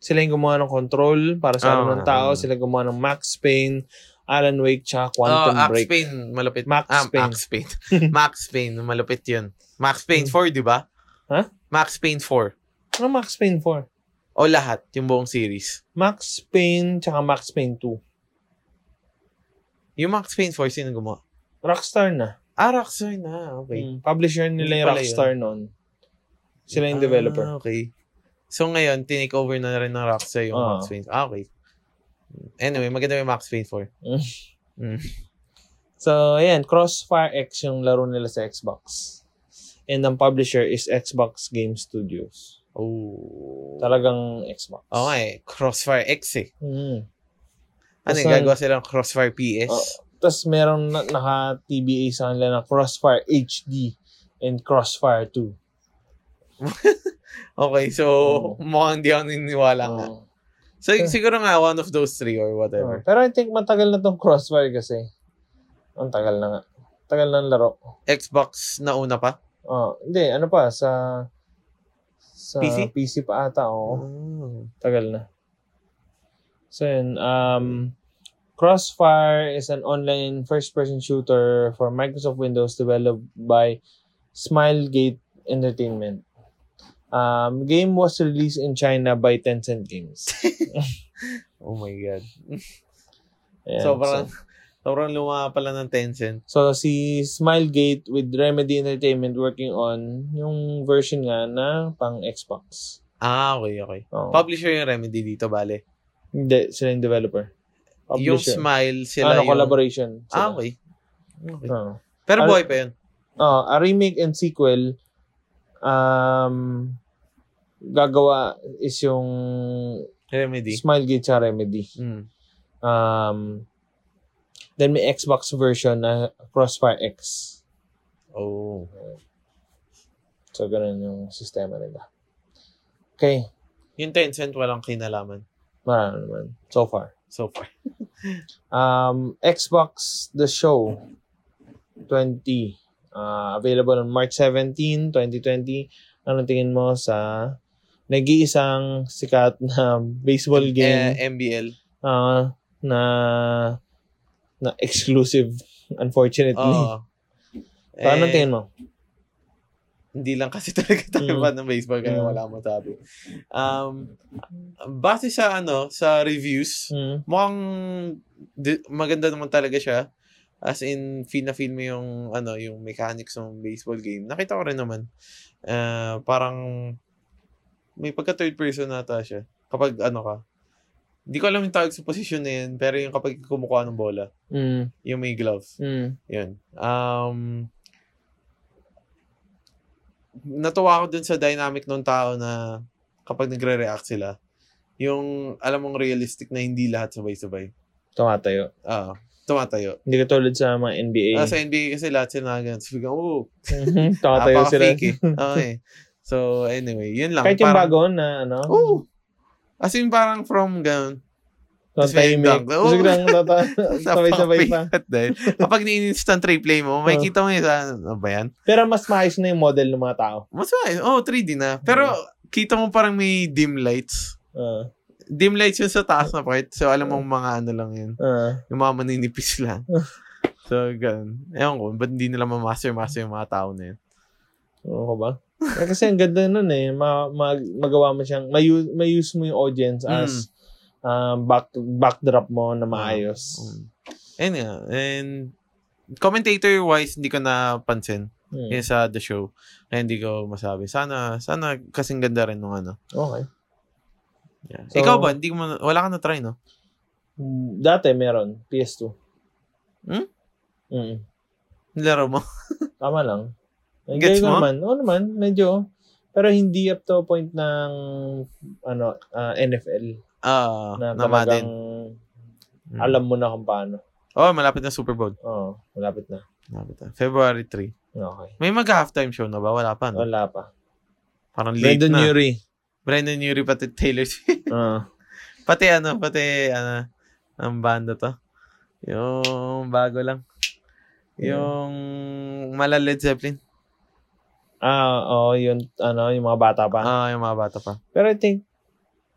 [SPEAKER 3] sila yung gumawa ng control para sa
[SPEAKER 2] Ah,
[SPEAKER 3] alam ng tao.
[SPEAKER 2] ah.
[SPEAKER 3] Sila gumawa ng Max Payne, Alan Wake, tsaka Quantum
[SPEAKER 2] Oh, Max
[SPEAKER 3] Break.
[SPEAKER 2] Payne, malupit.
[SPEAKER 3] Max
[SPEAKER 2] Ah,
[SPEAKER 3] Payne.
[SPEAKER 2] Max Payne. Max Payne, malupit yun. Max Payne 4, di ba?
[SPEAKER 3] Huh?
[SPEAKER 2] Max Payne 4.
[SPEAKER 3] Ano Max Payne 4?
[SPEAKER 2] O lahat, yung buong series.
[SPEAKER 3] Max Payne, tsaka Max Payne 2.
[SPEAKER 2] Yung Max Payne 4, sino gumawa?
[SPEAKER 3] Rockstar na.
[SPEAKER 2] Ah, Rockstar na. Okay.
[SPEAKER 3] Mm, Publisher nila
[SPEAKER 2] Hindi
[SPEAKER 3] yung
[SPEAKER 2] pala
[SPEAKER 3] Rockstar noon. Sila yung developer.
[SPEAKER 2] Ah, okay. So ngayon, tinake over na rin ng Rockstar yung
[SPEAKER 3] Oo.
[SPEAKER 2] Max Payne. Ah, okay. Anyway, maganda yung Max Payne 4.
[SPEAKER 3] So, ayan, Crossfire X yung laro nila sa Xbox. And ang publisher is Xbox Game Studios.
[SPEAKER 2] Oh.
[SPEAKER 3] Talagang Xbox.
[SPEAKER 2] Okay, Crossfire X eh.
[SPEAKER 3] Mm.
[SPEAKER 2] Ano
[SPEAKER 3] Basta-
[SPEAKER 2] yung gagawa silang Crossfire PS?
[SPEAKER 3] Oo. Tapos merong na- naka-TBA sa kanila na Crossfire HD and Crossfire 2.
[SPEAKER 2] Okay, so
[SPEAKER 3] Oo.
[SPEAKER 2] mukhang hindi ako naniniwala nga.
[SPEAKER 3] Oo.
[SPEAKER 2] So, y- siguro nga, one of those three
[SPEAKER 3] Oo.
[SPEAKER 2] or whatever.
[SPEAKER 3] Pero I think matagal na tong Crossfire kasi. Ang tagal na nga. Tagal na ang laro.
[SPEAKER 2] Xbox na una pa?
[SPEAKER 3] Oh, hindi, ano pa, sa... Sa
[SPEAKER 2] PC?
[SPEAKER 3] PC, pa ata, oo.
[SPEAKER 2] Oh.
[SPEAKER 3] Tagal na. So yun, um, Crossfire is an online first-person shooter for Microsoft Windows developed by Smilegate Entertainment. Um, game was released in China by Tencent Games.
[SPEAKER 2] Oh my God.
[SPEAKER 3] Ayan,
[SPEAKER 2] sobrang, sobrang luma pala ng Tencent.
[SPEAKER 3] So, si Smilegate with Remedy Entertainment working on yung version nga na pang Xbox.
[SPEAKER 2] Ah, okay, okay.
[SPEAKER 3] Oo.
[SPEAKER 2] Publisher yung Remedy dito, bale.
[SPEAKER 3] Hindi, sila yung developer.
[SPEAKER 2] Yung
[SPEAKER 3] Publisher.
[SPEAKER 2] Smile,
[SPEAKER 3] ano,
[SPEAKER 2] sila yung...
[SPEAKER 3] collaboration. sila.
[SPEAKER 2] Ah, okay. okay.
[SPEAKER 3] Oo.
[SPEAKER 2] Pero
[SPEAKER 3] Ano-
[SPEAKER 2] buhay pa yun.
[SPEAKER 3] Oh, a remake and sequel um gagawa is yung
[SPEAKER 2] Remedy.
[SPEAKER 3] Smilegate sa Remedy.
[SPEAKER 2] Mm.
[SPEAKER 3] Um then may Xbox version na Crossfire X.
[SPEAKER 2] Oh.
[SPEAKER 3] So ganun yung sistema nila. Okay,
[SPEAKER 2] Yung Tencent, walang kinalaman
[SPEAKER 3] marami naman so far.
[SPEAKER 2] so far.
[SPEAKER 3] Um Xbox The Show 20 uh, available on March 17, 2020. Ano tingin mo sa nag-iisang sikat na baseball game
[SPEAKER 2] Eh, MBL.
[SPEAKER 3] ah, na na exclusive unfortunately.
[SPEAKER 2] Oo.
[SPEAKER 3] So, ano
[SPEAKER 2] Eh,
[SPEAKER 3] tingin mo?
[SPEAKER 2] hindi lang kasi talaga
[SPEAKER 3] Mm.
[SPEAKER 2] tayo fan ng baseball kaya
[SPEAKER 3] Mm.
[SPEAKER 2] wala akong masabi. Um, base sa ano, sa reviews,
[SPEAKER 3] Hmm.
[SPEAKER 2] mukhang di- maganda naman talaga siya. As in, feel na feel mo yung, ano, yung mechanics ng baseball game. Nakita ko rin naman. ah, parang, may pagka third person nata siya. Kapag ano ka. Hindi ko alam yung tawag sa position na yun, pero yung kapag kumukuha ng bola,
[SPEAKER 3] Hmm.
[SPEAKER 2] yung may glove.
[SPEAKER 3] Hmm.
[SPEAKER 2] Yun. Um, natuwa ako dun sa dynamic nung tao na kapag nagre-react sila, yung alam mong realistic na hindi lahat sabay-sabay.
[SPEAKER 3] Tumatayo.
[SPEAKER 2] Ah, tumatayo.
[SPEAKER 3] Hindi ka tulad sa mga NBA.
[SPEAKER 2] Ah, sa NBA kasi lahat sila nakaganyan. So, biglang, oh,
[SPEAKER 3] Mhm. Tumatayo sila.
[SPEAKER 2] napaka-fake eh. Okay. So, anyway, yun lang.
[SPEAKER 3] Kahit yung
[SPEAKER 2] Parang-
[SPEAKER 3] bago na ano.
[SPEAKER 2] Oo. As in, parang from ganun. tas may
[SPEAKER 3] Tatahimik.
[SPEAKER 2] dunk. Oo.
[SPEAKER 3] Gusto ko lang tata- sabay-sabay pa. Oh.
[SPEAKER 2] Napaka-fake dahil Kapag ni-instant replay mo, makikita mo yun sa, ano ba yan?
[SPEAKER 3] Pero mas maayos na yung model ng mga tao.
[SPEAKER 2] Mas maayos. Oh, 3D na. Pero,
[SPEAKER 3] Mm.
[SPEAKER 2] kita mo parang may dim lights.
[SPEAKER 3] Ah.
[SPEAKER 2] Dim lights yun sa taas na part. So, alam
[SPEAKER 3] Mm.
[SPEAKER 2] mo mga ano lang yun.
[SPEAKER 3] Ah.
[SPEAKER 2] Yung mga maninipis lang. So, ganun. Ewan ko, ba't hindi nila mamaster-master yung mga tao na yun?
[SPEAKER 3] Oo ko ba? Eh, kasi ang ganda nun eh, ma, ma, magawa mo siyang, may, may use mo yung audience
[SPEAKER 2] Hmm.
[SPEAKER 3] as um, back, backdrop mo na maayos.
[SPEAKER 2] Um, and, yeah, and commentator-wise, hindi ko napansin
[SPEAKER 3] Hmm.
[SPEAKER 2] yun sa the show. Kaya hindi ko masabi. Sana, sana kasing ganda rin nung ano.
[SPEAKER 3] Okay.
[SPEAKER 2] Yeah.
[SPEAKER 3] So-
[SPEAKER 2] Ikaw ba? Hindi mo, na- wala ka na-try, no?
[SPEAKER 3] Mm, Dati meron, PS2.
[SPEAKER 2] Hmm?
[SPEAKER 3] Mm.
[SPEAKER 2] Nilaro mo?
[SPEAKER 3] Tama lang. Gets
[SPEAKER 2] Gets
[SPEAKER 3] mo?
[SPEAKER 2] mo?
[SPEAKER 3] Naman. Oo naman, medyo. Pero hindi up to point ng ano ah, NFL
[SPEAKER 2] Ah,
[SPEAKER 3] na
[SPEAKER 2] na,
[SPEAKER 3] talagang
[SPEAKER 2] Madden. Mm.
[SPEAKER 3] alam mo na kung paano.
[SPEAKER 2] Oh, malapit na Super Bowl.
[SPEAKER 3] Oo, malapit na.
[SPEAKER 2] Malapit na. February 3.
[SPEAKER 3] Okay.
[SPEAKER 2] May mag-halftime show na ba? Wala pa, no?
[SPEAKER 3] Wala pa.
[SPEAKER 2] Parang late
[SPEAKER 3] Brandon
[SPEAKER 2] na. Ah.
[SPEAKER 3] Urie.
[SPEAKER 2] Brandon Urie, pati Taylor Swift.
[SPEAKER 3] Oo.
[SPEAKER 2] pati ano, pati ano, ang banda to. Yung bago lang. Yung mala Led Zeppelin.
[SPEAKER 3] Ah, oo, yun, ano, yung mga bata pa.
[SPEAKER 2] Ah, yung mga bata pa.
[SPEAKER 3] Pero I think,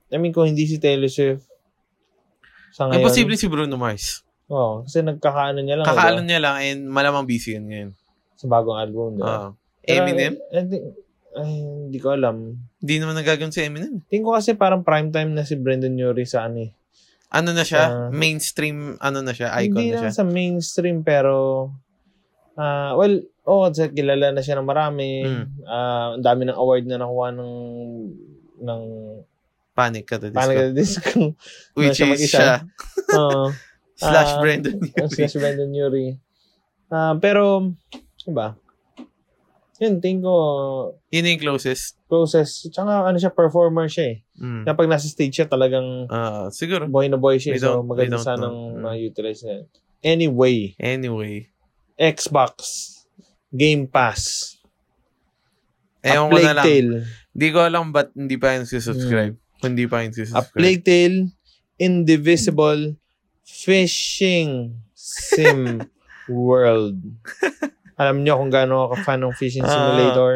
[SPEAKER 3] I mean, kung hindi si Taylor Swift, sa ngayon,
[SPEAKER 2] Imposible si Bruno Mars.
[SPEAKER 3] Oo, kasi nagkakaano niya lang.
[SPEAKER 2] Kakaalan
[SPEAKER 3] diba?
[SPEAKER 2] niya lang and malamang busy yun ngayon.
[SPEAKER 3] Sa bagong album, di ba?
[SPEAKER 2] Ah. Eminem?
[SPEAKER 3] Pero, I, I think, ay, hindi ko alam.
[SPEAKER 2] Di naman nagagawin si Eminem.
[SPEAKER 3] Tingin ko kasi parang prime time na si Brendan Urie sa ano eh.
[SPEAKER 2] Ano na
[SPEAKER 3] Ah.
[SPEAKER 2] siya? mainstream, ano na siya? Icon
[SPEAKER 3] Hindi
[SPEAKER 2] na siya.
[SPEAKER 3] lang sa mainstream pero ah well, oh, sa kilala na siya ng marami.
[SPEAKER 2] Mm.
[SPEAKER 3] Ah, ang dami ng award na nakuha ng ng
[SPEAKER 2] Panic ka to
[SPEAKER 3] paano ka
[SPEAKER 2] disco.
[SPEAKER 3] disco.
[SPEAKER 2] Which
[SPEAKER 3] siya
[SPEAKER 2] is
[SPEAKER 3] mag-isa.
[SPEAKER 2] siya.
[SPEAKER 3] Oo.
[SPEAKER 2] Slash
[SPEAKER 3] Ah,
[SPEAKER 2] Brandon
[SPEAKER 3] Ang
[SPEAKER 2] Urie.
[SPEAKER 3] slash Brendan Urie. Ah, pero ano ba? Yun, tingin ko
[SPEAKER 2] Yun yung closest.
[SPEAKER 3] closest. Tsaka ano siya, performer siya eh.
[SPEAKER 2] Mm.
[SPEAKER 3] Kapag nasa stage siya, talagang
[SPEAKER 2] Ah, siguro.
[SPEAKER 3] boy na boy siya. eh.
[SPEAKER 2] We
[SPEAKER 3] So,
[SPEAKER 2] don't- we
[SPEAKER 3] maganda
[SPEAKER 2] don't
[SPEAKER 3] sanang
[SPEAKER 2] know. Mm.
[SPEAKER 3] ma-utilize niya. Anyway,
[SPEAKER 2] Anyway.
[SPEAKER 3] Xbox, Game Pass, A
[SPEAKER 2] Ewan ko
[SPEAKER 3] Plague
[SPEAKER 2] na Eh, lang.
[SPEAKER 3] Tale. Hmm.
[SPEAKER 2] Di ko alam ba't hindi pa yun susubscribe. Kung hindi pa
[SPEAKER 3] A
[SPEAKER 2] yun susubscribe.
[SPEAKER 3] Plague Tale, Indivisible, Fishing Sim World. Alam niyo kung gaano ako fan ng Fishing
[SPEAKER 2] Ah.
[SPEAKER 3] Simulator.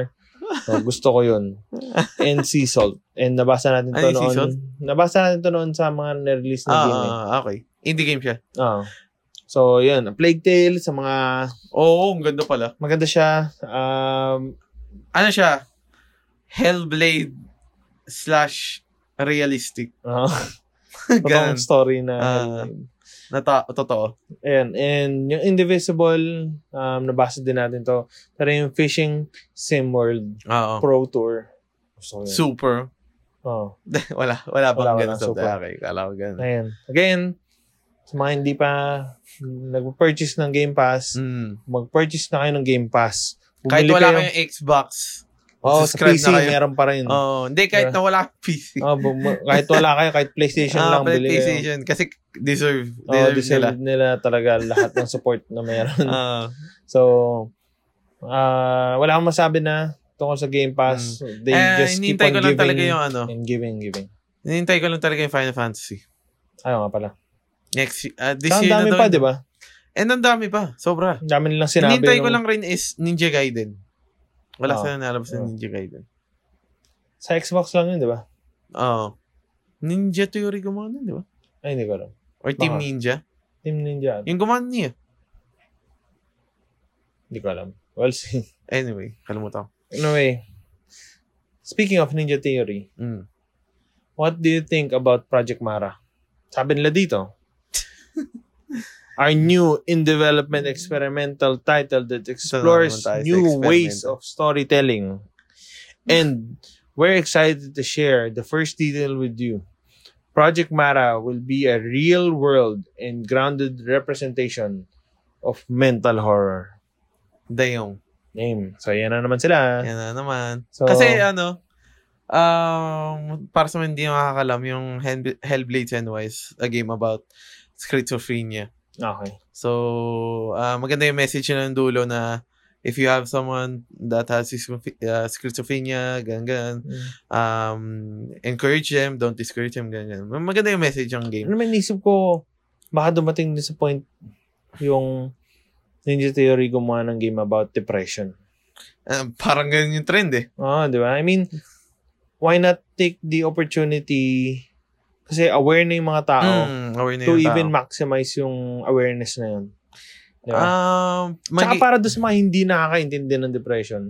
[SPEAKER 3] So, gusto ko yun. And Sea Salt. And nabasa natin to
[SPEAKER 2] Ano yung Sea
[SPEAKER 3] noon.
[SPEAKER 2] Salt?
[SPEAKER 3] Nabasa natin to noon sa mga na-release na
[SPEAKER 2] Ah,
[SPEAKER 3] game. Eh.
[SPEAKER 2] ah, okay. Indie game siya.
[SPEAKER 3] Ah. So, yun. A Plague Tale sa mga...
[SPEAKER 2] Oo, ang ganda pala.
[SPEAKER 3] Maganda siya. Um,
[SPEAKER 2] Ano siya? Hellblade slash realistic.
[SPEAKER 3] uh,
[SPEAKER 2] Ganun.
[SPEAKER 3] totoong story na...
[SPEAKER 2] Ah. Nata totoo.
[SPEAKER 3] Ayan, and yung Indivisible, um, nabasa din natin to. Pero yung Fishing Sim World
[SPEAKER 2] Oo.
[SPEAKER 3] Pro Tour. Gusto ko yun.
[SPEAKER 2] Super.
[SPEAKER 3] Oh,
[SPEAKER 2] wala, wala
[SPEAKER 3] Wala,
[SPEAKER 2] bang
[SPEAKER 3] wala,
[SPEAKER 2] ganun sa
[SPEAKER 3] super.
[SPEAKER 2] Okay, kala ko ganun.
[SPEAKER 3] ayan. Again, sa mga hindi pa nag-purchase ng Game Pass,
[SPEAKER 2] Mm.
[SPEAKER 3] mag-purchase na kayo ng Game Pass.
[SPEAKER 2] Kahit
[SPEAKER 3] Hmm. Bumili
[SPEAKER 2] wala
[SPEAKER 3] kayo-
[SPEAKER 2] kayong Xbox.
[SPEAKER 3] oh, sa
[SPEAKER 2] subscribe
[SPEAKER 3] PC,
[SPEAKER 2] na kayo.
[SPEAKER 3] meron pa rin. Oh.
[SPEAKER 2] Oh, hindi, kahit na wala kang PC.
[SPEAKER 3] bum- kahit wala kayo, kahit PlayStation
[SPEAKER 2] Ah,
[SPEAKER 3] Oh, lang,
[SPEAKER 2] pala
[SPEAKER 3] bili kayo.
[SPEAKER 2] PlayStation. Kasi deserve.
[SPEAKER 3] Oh,
[SPEAKER 2] Deserve,
[SPEAKER 3] deserve nila. talaga lahat ng support na meron.
[SPEAKER 2] nila. Ah,
[SPEAKER 3] So, ah wala akong masabi na tungkol sa Game Pass. They
[SPEAKER 2] eh,
[SPEAKER 3] just keep on
[SPEAKER 2] hinihintay ko lang
[SPEAKER 3] giving
[SPEAKER 2] talaga yung ano.
[SPEAKER 3] and giving, giving.
[SPEAKER 2] Hinihintay ko lang talaga yung Final Fantasy.
[SPEAKER 3] Ayaw nga pala.
[SPEAKER 2] Next, y- ah, this
[SPEAKER 3] Saan
[SPEAKER 2] year
[SPEAKER 3] dami
[SPEAKER 2] na
[SPEAKER 3] pa,
[SPEAKER 2] daw.
[SPEAKER 3] di ba?
[SPEAKER 2] And ang dami pa. Sobra.
[SPEAKER 3] Ang dami nilang sinabi.
[SPEAKER 2] Hinihintay ko
[SPEAKER 3] nung-
[SPEAKER 2] lang rin is Ninja Gaiden. Wala
[SPEAKER 3] Ah.
[SPEAKER 2] sila nalabas
[SPEAKER 3] Ah.
[SPEAKER 2] ng Ninja Gaiden.
[SPEAKER 3] Sa Xbox lang yun, di ba?
[SPEAKER 2] Oo. Ah. Ninja Theory gumawa nun, di ba?
[SPEAKER 3] Ay, hindi ko alam.
[SPEAKER 2] Or Team
[SPEAKER 3] Baka.
[SPEAKER 2] Ninja.
[SPEAKER 3] Team Ninja.
[SPEAKER 2] Yung gumawa niya.
[SPEAKER 3] Hindi ko alam. Well, see.
[SPEAKER 2] Anyway, kalimutan ko.
[SPEAKER 3] Anyway. Speaking of Ninja Theory,
[SPEAKER 2] Mm.
[SPEAKER 3] what do you think about Project Mara? Sabi nila dito, our new in-development experimental title that explores
[SPEAKER 2] naman tayo sa eh.
[SPEAKER 3] new ways
[SPEAKER 2] experimental.
[SPEAKER 3] of storytelling. And we're excited to share the first detail with you. Project Mara will be a real world and grounded representation of mental horror.
[SPEAKER 2] Dayong.
[SPEAKER 3] Name. So, yan na naman sila.
[SPEAKER 2] Yan na naman.
[SPEAKER 3] Ah. So,
[SPEAKER 2] Kasi uh, ano, um, para sa mga hindi makakalam, yung Hen- Hellblade Senwise, a game about schizophrenia.
[SPEAKER 3] okay.
[SPEAKER 2] So, ah, maganda yung message na ng dulo na if you have someone that has schizo- uh, schizophrenia, ganun, ganun, um, encourage them, don't discourage them, ganun, ganun. Maganda yung message ng game.
[SPEAKER 3] Ano man, naisip ko, baka dumating din sa point yung Ninja Theory gumawa ng game about depression.
[SPEAKER 2] Ah, parang ganun yung trend eh.
[SPEAKER 3] Oo, di ba? I mean, why not take the opportunity kasi aware na yung mga tao
[SPEAKER 2] Mm, aware na
[SPEAKER 3] Ah, to
[SPEAKER 2] yung
[SPEAKER 3] even
[SPEAKER 2] tao.
[SPEAKER 3] maximize yung awareness na yun. Di ba?
[SPEAKER 2] Um,
[SPEAKER 3] Tsaka
[SPEAKER 2] magi-
[SPEAKER 3] para doon sa mga hindi nakakaintindi ng depression,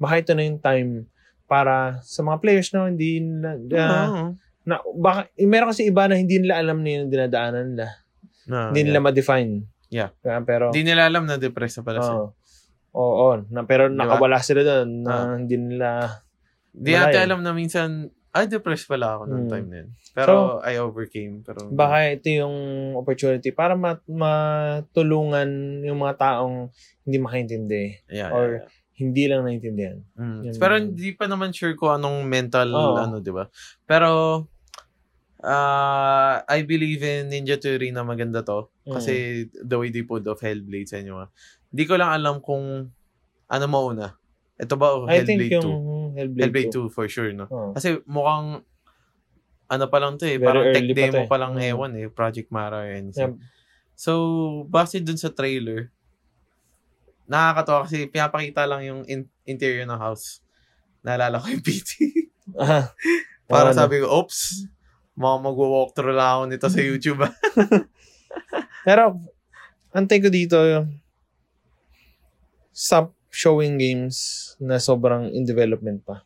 [SPEAKER 3] baka ito na yung time para sa mga players na hindi na, na,
[SPEAKER 2] Oo.
[SPEAKER 3] na baka, eh, meron kasi iba na hindi nila alam na yun ang dinadaanan nila.
[SPEAKER 2] Na,
[SPEAKER 3] hindi nila
[SPEAKER 2] Ah, yeah.
[SPEAKER 3] ma-define.
[SPEAKER 2] Yeah.
[SPEAKER 3] Ah, pero,
[SPEAKER 2] Hindi nila alam na depressed na pala sila.
[SPEAKER 3] oo. Oo, na, pero
[SPEAKER 2] Di ba?
[SPEAKER 3] nakawala sila doon na
[SPEAKER 2] Ah.
[SPEAKER 3] hindi nila,
[SPEAKER 2] Hindi
[SPEAKER 3] Wala
[SPEAKER 2] natin
[SPEAKER 3] eh.
[SPEAKER 2] alam na minsan, ay, depressed pala ako noong
[SPEAKER 3] Mm.
[SPEAKER 2] time na yun. Pero I overcame. Pero,
[SPEAKER 3] baka ito yung opportunity para mat- matulungan yung mga taong hindi makaintindi,
[SPEAKER 2] yeah, yeah,
[SPEAKER 3] or
[SPEAKER 2] Ah, yeah.
[SPEAKER 3] hindi lang naintindihan.
[SPEAKER 2] Mm.
[SPEAKER 3] yun
[SPEAKER 2] Pero
[SPEAKER 3] lang.
[SPEAKER 2] hindi pa naman sure ko anong mental,
[SPEAKER 3] Oo.
[SPEAKER 2] ano, di ba? Pero, ah I believe in Ninja Theory na maganda to.
[SPEAKER 3] Mm.
[SPEAKER 2] Kasi the way they pulled off Hellblade sa inyo. ah. Hindi ko lang alam kung ano mauna. Ito ba o
[SPEAKER 3] I think
[SPEAKER 2] Hellblade
[SPEAKER 3] yung
[SPEAKER 2] 2?
[SPEAKER 3] Hellblade,
[SPEAKER 2] Hellblade
[SPEAKER 3] 2.
[SPEAKER 2] 2 for sure, no?
[SPEAKER 3] Oo.
[SPEAKER 2] Kasi mukhang ano pa lang to eh.
[SPEAKER 3] Very
[SPEAKER 2] parang tech
[SPEAKER 3] early pa to
[SPEAKER 2] demo
[SPEAKER 3] eh.
[SPEAKER 2] pa lang
[SPEAKER 3] Mm.
[SPEAKER 2] ewan eh. Project Mara yun.
[SPEAKER 3] Yeah.
[SPEAKER 2] So, base dun sa trailer, nakakatawa kasi pinapakita lang yung in- interior ng house. Naalala ko yung PT.
[SPEAKER 3] Ah, Oo,
[SPEAKER 2] Para
[SPEAKER 3] no?
[SPEAKER 2] sabi ko, oops, mukhang mag-walkthrough lang ako nito
[SPEAKER 3] Mm.
[SPEAKER 2] sa YouTube. ah."
[SPEAKER 3] Pero, antay ko dito, stop showing games na sobrang in development pa.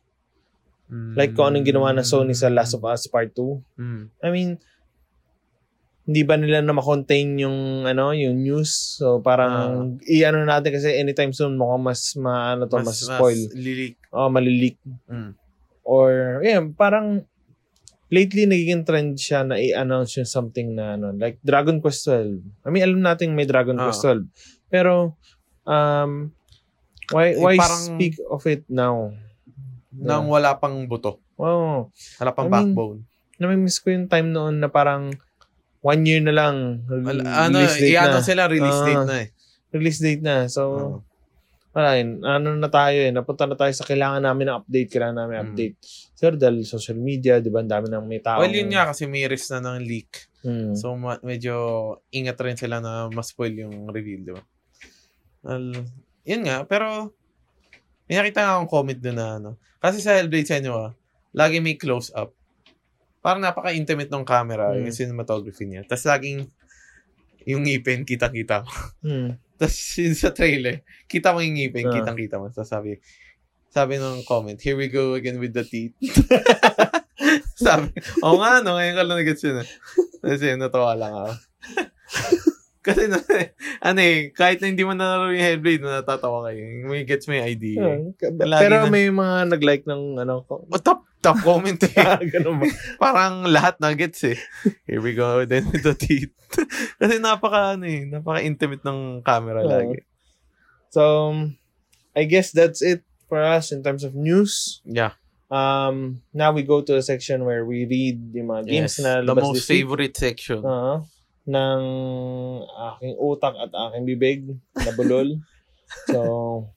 [SPEAKER 3] Like kung anong ginawa ng Sony sa Last of Us Part 2.
[SPEAKER 2] Mm.
[SPEAKER 3] I mean, hindi ba nila na makontain yung ano yung news so parang
[SPEAKER 2] Ah.
[SPEAKER 3] i-ano natin kasi anytime soon mukhang mas maano to mas, spoil
[SPEAKER 2] lilik.
[SPEAKER 3] oh malileak
[SPEAKER 2] Mm.
[SPEAKER 3] or yeah parang lately nagiging trend siya na i-announce yung something na ano like Dragon Quest 12 I mean alam natin may Dragon
[SPEAKER 2] Ah.
[SPEAKER 3] Quest 12 pero um why
[SPEAKER 2] Eh,
[SPEAKER 3] why
[SPEAKER 2] parang-
[SPEAKER 3] speak of it now
[SPEAKER 2] Nang wala pang buto.
[SPEAKER 3] wow
[SPEAKER 2] Wala pang
[SPEAKER 3] I mean,
[SPEAKER 2] backbone.
[SPEAKER 3] namimiss ko yung time noon na parang one year na lang
[SPEAKER 2] Wala-
[SPEAKER 3] rel-
[SPEAKER 2] ano,
[SPEAKER 3] release date
[SPEAKER 2] i-ano
[SPEAKER 3] na
[SPEAKER 2] sila, release
[SPEAKER 3] Ah. Oh.
[SPEAKER 2] date na eh.
[SPEAKER 3] release date na so
[SPEAKER 2] Oo.
[SPEAKER 3] wala yun. Ano na tayo eh. Napunta na tayo sa kailangan namin ng update. Kailangan namin
[SPEAKER 2] Mm.
[SPEAKER 3] update. Sir, dahil social media, di ba? Ang dami ng may tao.
[SPEAKER 2] Well, yun nga kasi may risk na ng leak.
[SPEAKER 3] Mm.
[SPEAKER 2] So, ma- medyo ingat rin sila na ma-spoil yung reveal, di ba? Al- yun nga, pero may nakita nga akong comment doon na ano. Kasi sa Hellblade sa inyo, ah, lagi may close-up. Parang napaka-intimate ng camera,
[SPEAKER 3] Mm.
[SPEAKER 2] yung cinematography niya. Tapos laging yung ngipin, kitang-kita ko.
[SPEAKER 3] Mm.
[SPEAKER 2] Tapos yun sa trailer, kita mo yung ngipin,
[SPEAKER 3] Ah.
[SPEAKER 2] kitang-kita mo. Tapos sabi, sabi ng comment, here we go again with the teeth. sabi, oo nga, no, ngayon ka lang nag-gets yun. ah." Tapos yun, natawa lang ako. Kasi, na, ano eh, kahit na hindi mo nanaro yung Hellblade, na natatawa kayo. May gets mo yung idea. eh.
[SPEAKER 3] Yeah.
[SPEAKER 2] Lagi
[SPEAKER 3] Hmm. Pero
[SPEAKER 2] na-
[SPEAKER 3] may mga nag-like ng ano ko. Ah,
[SPEAKER 2] Oh, top, top comment eh.
[SPEAKER 3] Ganun ba?
[SPEAKER 2] Parang lahat na gets eh. Here we go, then with the teeth. Kasi napaka, ano eh, napaka-intimate ng camera
[SPEAKER 3] Oo.
[SPEAKER 2] lagi.
[SPEAKER 3] So, um, I guess that's it for us in terms of news.
[SPEAKER 2] Yeah.
[SPEAKER 3] Um, now we go to a section where we read yung mga games na
[SPEAKER 2] the
[SPEAKER 3] labas
[SPEAKER 2] most
[SPEAKER 3] this week. Ah,
[SPEAKER 2] favorite section.
[SPEAKER 3] Oo. ng aking utak at aking bibig na bulol. so,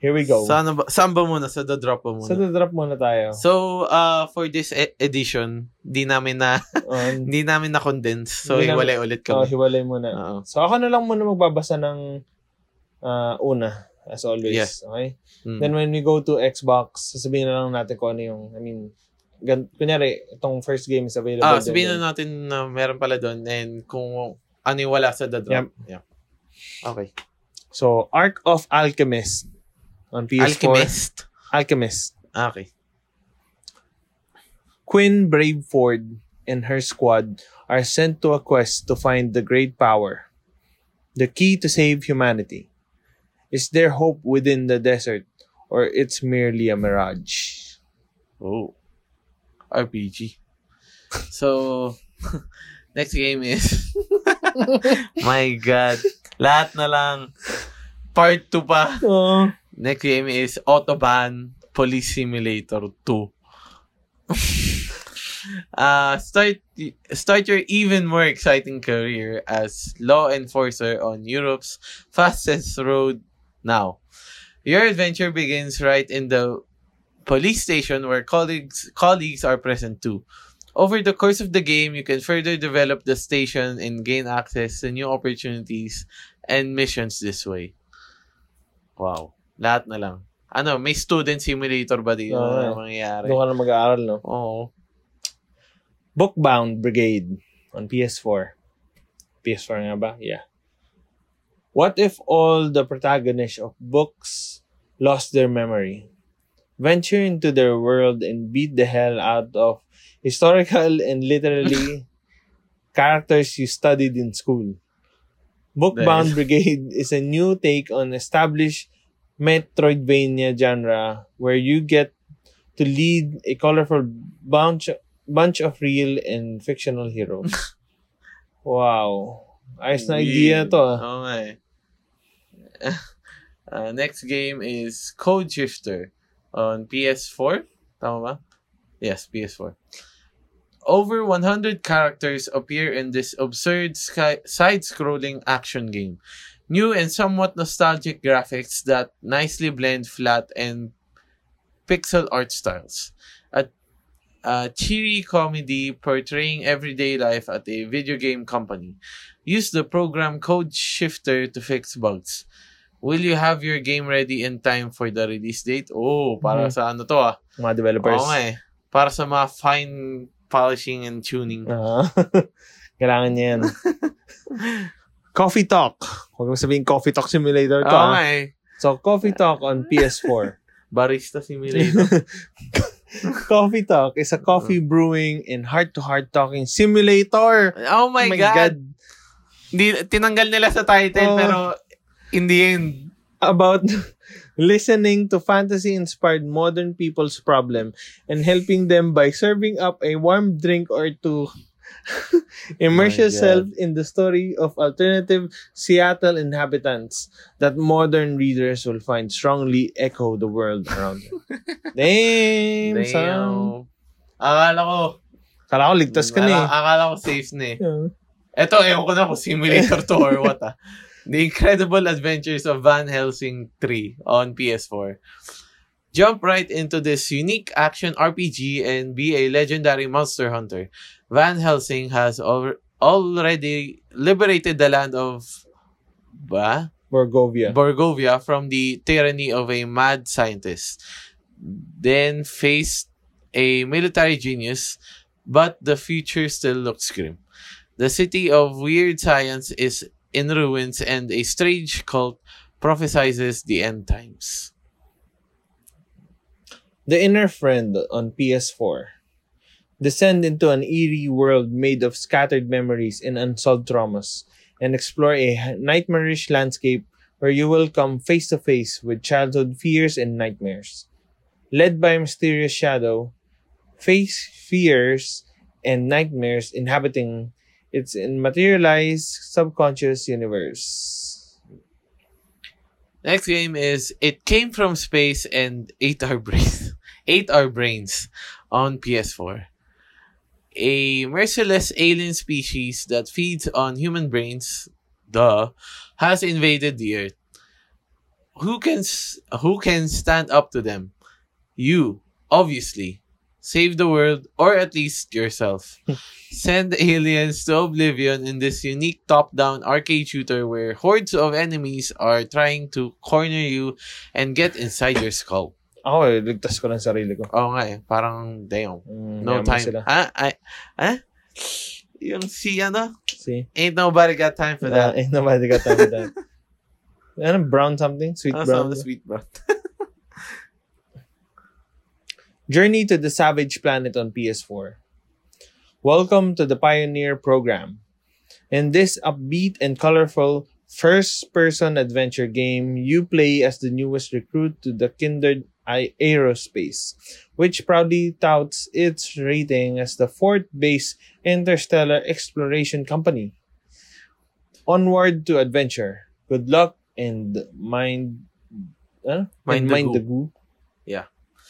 [SPEAKER 3] here we go.
[SPEAKER 2] Sana ba, saan ba muna? Sa the drop ba muna?
[SPEAKER 3] So, drop muna tayo.
[SPEAKER 2] so, uh, for this e- edition, di namin na,
[SPEAKER 3] Um,
[SPEAKER 2] di namin na condense. So,
[SPEAKER 3] Di namin-
[SPEAKER 2] hiwalay ulit
[SPEAKER 3] oh,
[SPEAKER 2] kami.
[SPEAKER 3] hiwalay muna.
[SPEAKER 2] Oo.
[SPEAKER 3] So ako na lang muna magbabasa ng ah, una as always,
[SPEAKER 2] Yeah.
[SPEAKER 3] okay?
[SPEAKER 2] Mm.
[SPEAKER 3] Then when we go to Xbox, sasabihin na lang natin kung ano yung I mean, gan- kunyari itong first game is available.
[SPEAKER 2] ah,
[SPEAKER 3] din.
[SPEAKER 2] sabihin na natin na meron pala doon and kung ano yung wala sa the drop. Yeah. Okay.
[SPEAKER 3] So Ark of Alchemist on PS4.
[SPEAKER 2] Alchemist.
[SPEAKER 3] Alchemist.
[SPEAKER 2] Ah, Okay.
[SPEAKER 3] Quinn Braveford and her squad are sent to a quest to find the great power, the key to save humanity. Is there hope within the desert, or it's merely a mirage?
[SPEAKER 2] Oh. RPG. So, next game is... My God. Lahat na lang. Part 2 pa.
[SPEAKER 3] Oh,
[SPEAKER 2] Next game is Autobahn Police Simulator 2. uh, start start your even more exciting career as law enforcer on Europe's fastest road now. Your adventure begins right in the police station where colleagues colleagues are present too. Over the course of the game, you can further develop the station and gain access to new opportunities and missions this way. Wow. Lahat na lang. Ano, may student simulator ba dito
[SPEAKER 3] Oo,
[SPEAKER 2] na
[SPEAKER 3] eh.
[SPEAKER 2] mangyayari?
[SPEAKER 3] doon ka na mag-aaral, no?
[SPEAKER 2] Oo.
[SPEAKER 3] Bookbound Brigade on PS4. PS4 nga ba? Yeah. What if all the protagonists of books, lost their memory. Venture into their world and beat the hell out of historical and literally characters you studied in school. Bookbound Brigade is a new take on established Metroidvania genre where you get to lead a colorful bunch bunch of real and fictional heroes. wow. Ayos na idea to. ah.
[SPEAKER 2] Oo nga eh. Uh, next game is Code Shifter on PS4. Tama ba? Yes, PS4. Over 100 characters appear in this absurd sky- side-scrolling action game. New and somewhat nostalgic graphics that nicely blend flat and pixel art styles. A, a cheery comedy portraying everyday life at a video game company. Use the program Code Shifter to fix bugs. Will you have your game ready in time for the release date? Oh,
[SPEAKER 3] Mhm.
[SPEAKER 2] para sa ano to ah.
[SPEAKER 3] Mga developers.
[SPEAKER 2] Oo nga eh. Para sa mga fine polishing and tuning.
[SPEAKER 3] Ah. kailangan niya yan. coffee Talk. Huwag mo sabihin Coffee Talk Simulator
[SPEAKER 2] Oo
[SPEAKER 3] to. ah.
[SPEAKER 2] nga eh.
[SPEAKER 3] So, Coffee Talk on PS4.
[SPEAKER 2] Barista simulator.
[SPEAKER 3] coffee Talk is a coffee brewing and heart-to-heart talking simulator.
[SPEAKER 2] oh my, God. Di, tinanggal nila sa title
[SPEAKER 3] Oh.
[SPEAKER 2] pero in the end.
[SPEAKER 3] About listening to fantasy-inspired modern people's problem and helping them by serving up a warm drink or two. Immerse
[SPEAKER 2] My God.
[SPEAKER 3] yourself in the story of alternative Seattle inhabitants that modern readers will find strongly echo the world around them. Damn, son.
[SPEAKER 2] Damn. Akala ko.
[SPEAKER 3] Kala ko ligtas ka
[SPEAKER 2] akala,
[SPEAKER 3] na
[SPEAKER 2] akala ko safe na eh.
[SPEAKER 3] eh.
[SPEAKER 2] Eto, ewan ko na kung simulator to or what ah. The Incredible Adventures of Van Helsing 3 on PS4. Jump right into this unique action RPG and be a legendary monster hunter. Van Helsing has al- already liberated the land of ba?
[SPEAKER 3] Borgovia.
[SPEAKER 2] Borgovia from the tyranny of a mad scientist. Then faced a military genius, but the future still looks grim. The city of weird science is in ruins, and a strange cult prophesizes the end times.
[SPEAKER 3] The Inner Friend on PS4. Descend into an eerie world made of scattered memories and unsolved traumas, and explore a nightmarish landscape where you will come face to face with childhood fears and nightmares. Led by a mysterious shadow, face fears and nightmares inhabiting its immaterialized subconscious universe.
[SPEAKER 2] Next game is It Came from Space and Ate Our Brains. Ate Our Brains on PS4. A merciless alien species that feeds on human brains, duh, has invaded the Earth. Who can s- who can stand up to them? You, obviously. Save the world, or at least yourself. Send aliens to oblivion in this unique top-down arcade shooter where hordes of enemies are trying to corner you and get inside your skull.
[SPEAKER 3] Ako, eh, ligtas ko lang sarili ko.
[SPEAKER 2] Oo nga eh, parang damn.
[SPEAKER 3] Mm,
[SPEAKER 2] No
[SPEAKER 3] yaman
[SPEAKER 2] time.
[SPEAKER 3] sila.
[SPEAKER 2] Ah, I, ah? Yung si ano?
[SPEAKER 3] See?
[SPEAKER 2] Ain't nobody got time for that.
[SPEAKER 3] Uh, ain't nobody got time for that. Ano, brown something? Sweet
[SPEAKER 2] Ah,
[SPEAKER 3] brown?
[SPEAKER 2] some sweet brown.
[SPEAKER 3] Journey to the Savage Planet on PS4. Welcome to the Pioneer program. In this upbeat and colorful first person adventure game, you play as the newest recruit to the Kindred I- Aerospace, which proudly touts its rating as the fourth base interstellar exploration company. Onward to adventure. Good luck and mind. Huh?
[SPEAKER 2] Mind
[SPEAKER 3] And
[SPEAKER 2] the
[SPEAKER 3] mind
[SPEAKER 2] goo.
[SPEAKER 3] the goo.
[SPEAKER 2] Yeah.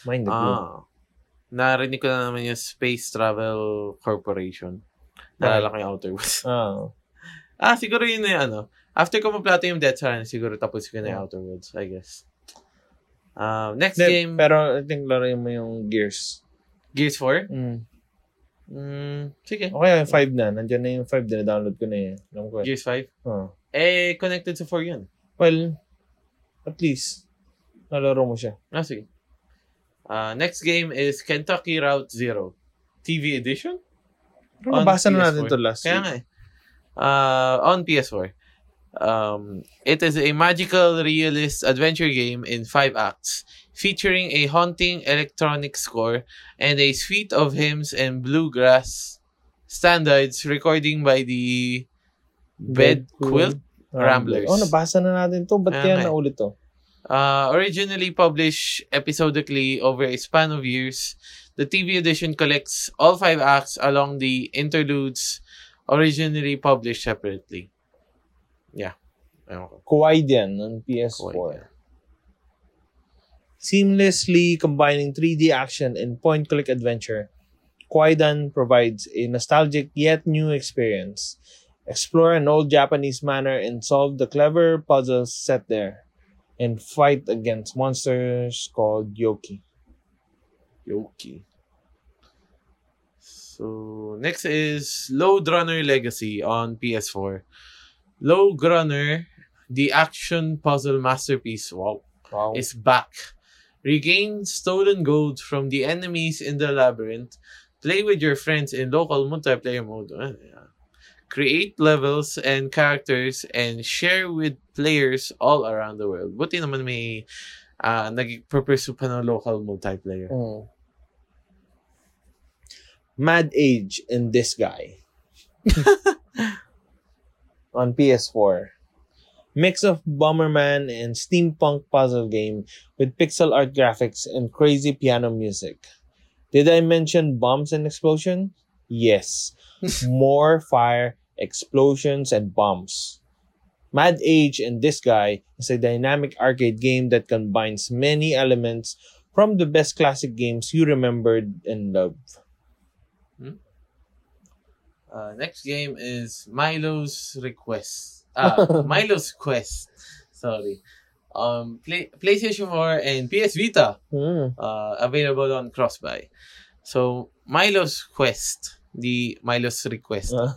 [SPEAKER 3] Mind the goo.
[SPEAKER 2] Ah. Narinig ko na naman yung Space Travel Corporation. Naalala ko yung Outer Worlds.
[SPEAKER 3] Ah.
[SPEAKER 2] Ah, siguro yun na yung ano. After ko maplato yung Death Stranding, siguro tapos ko na yung Outer Worlds, I guess. Um, next
[SPEAKER 3] Hindi,
[SPEAKER 2] game,
[SPEAKER 3] Pero I think laro mo yung Gears.
[SPEAKER 2] Gears 4.
[SPEAKER 3] Mm.
[SPEAKER 2] Mm, sige,
[SPEAKER 3] Okay, yung 5 na. Nandiyan na yung 5. Dinadownload ko na eh. Alam ko eh.
[SPEAKER 2] Gears 5.
[SPEAKER 3] Oh.
[SPEAKER 2] Eh, connected sa 4 yun.
[SPEAKER 3] Well, at least, nalaro mo siya.
[SPEAKER 2] Ah, sige. Ah, next game is Kentucky Route Zero. TV edition?
[SPEAKER 3] Pero nabasa
[SPEAKER 2] On
[SPEAKER 3] na natin
[SPEAKER 2] PS4.
[SPEAKER 3] to last
[SPEAKER 2] Kaya eh. Uh,
[SPEAKER 3] week.
[SPEAKER 2] nga eh. Ah, on PS4. Um, it is a magical realist adventure game in five acts, featuring a haunting electronic score and a suite of hymns and bluegrass standards recording by the Bed Quilt Ramblers.
[SPEAKER 3] Oh, nabasa na natin to. Ba't
[SPEAKER 2] Ah,
[SPEAKER 3] kaya
[SPEAKER 2] okay.
[SPEAKER 3] naulit
[SPEAKER 2] naulit
[SPEAKER 3] to?
[SPEAKER 2] Uh, originally published episodically over a span of years, the TV edition collects all five acts along the interludes originally published separately. Yeah. Ewan ko.
[SPEAKER 3] Kuwaid yan ng PS4.
[SPEAKER 2] Kuwait, yeah.
[SPEAKER 3] Seamlessly combining 3D action and point-click adventure, Kwaidan provides a nostalgic yet new experience. Explore an old Japanese manor and solve the clever puzzles set there, and fight against monsters called Yoki. Yoki.
[SPEAKER 2] So, next is Load Runner Legacy on PS4. Load Runner, the action puzzle masterpiece. Wow.
[SPEAKER 3] Wow.
[SPEAKER 2] is back. Regain stolen gold from the enemies in the labyrinth. Play with your friends in local multiplayer mode. Ah, yeah. Create levels and characters and share with players all around the world. Buti naman may uh, nag-pursue pa ng local multiplayer.
[SPEAKER 3] Mm. Mad Age and this guy. On PS4. Mix of Bomberman and steampunk puzzle game with pixel art graphics and crazy piano music. Did I mention bombs and explosion? Yes. More fire, explosions, and bombs. Mad Age and This Guy is a dynamic arcade game that combines many elements from the best classic games you remembered and loved.
[SPEAKER 2] Uh, next game is Milo's Request. Ah, Milo's Quest. Sorry. Um, play- PlayStation 4 and PS Vita.
[SPEAKER 3] Hmm.
[SPEAKER 2] uh, available on Crossbuy. So Milo's quest, the Milo's request.
[SPEAKER 3] Ah.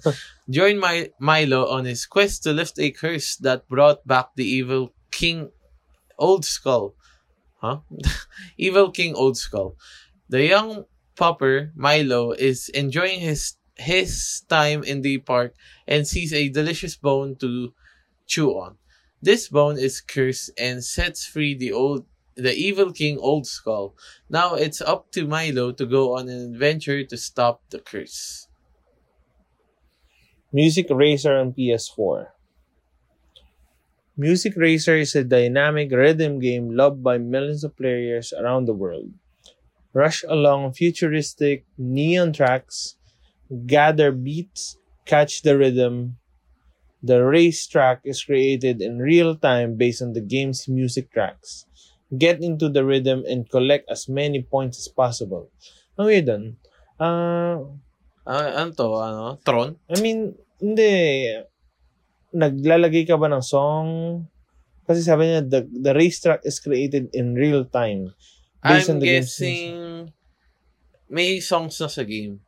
[SPEAKER 2] Join my Milo on his quest to lift a curse that brought back the evil King Old Skull. Huh? evil King Old Skull. The young pauper Milo is enjoying his his time in the park and sees a delicious bone to chew on. This bone is cursed and sets free the old the evil king Old Skull. Now it's up to Milo to go on an adventure to stop the curse.
[SPEAKER 3] Music Racer on PS4. Music Racer is a dynamic rhythm game loved by millions of players around the world. Rush along futuristic neon tracks, gather beats, catch the rhythm. The race track is created in real time based on the game's music tracks. Get into the rhythm and collect as many points as possible. Ang weird dun. Ah,
[SPEAKER 2] Ah, ano to? Ano? Tron?
[SPEAKER 3] I mean, hindi. Naglalagay ka ba ng song? Kasi sabi niya, the, the racetrack is created in real time. Based on
[SPEAKER 2] I'm
[SPEAKER 3] the game's
[SPEAKER 2] guessing may songs na sa game.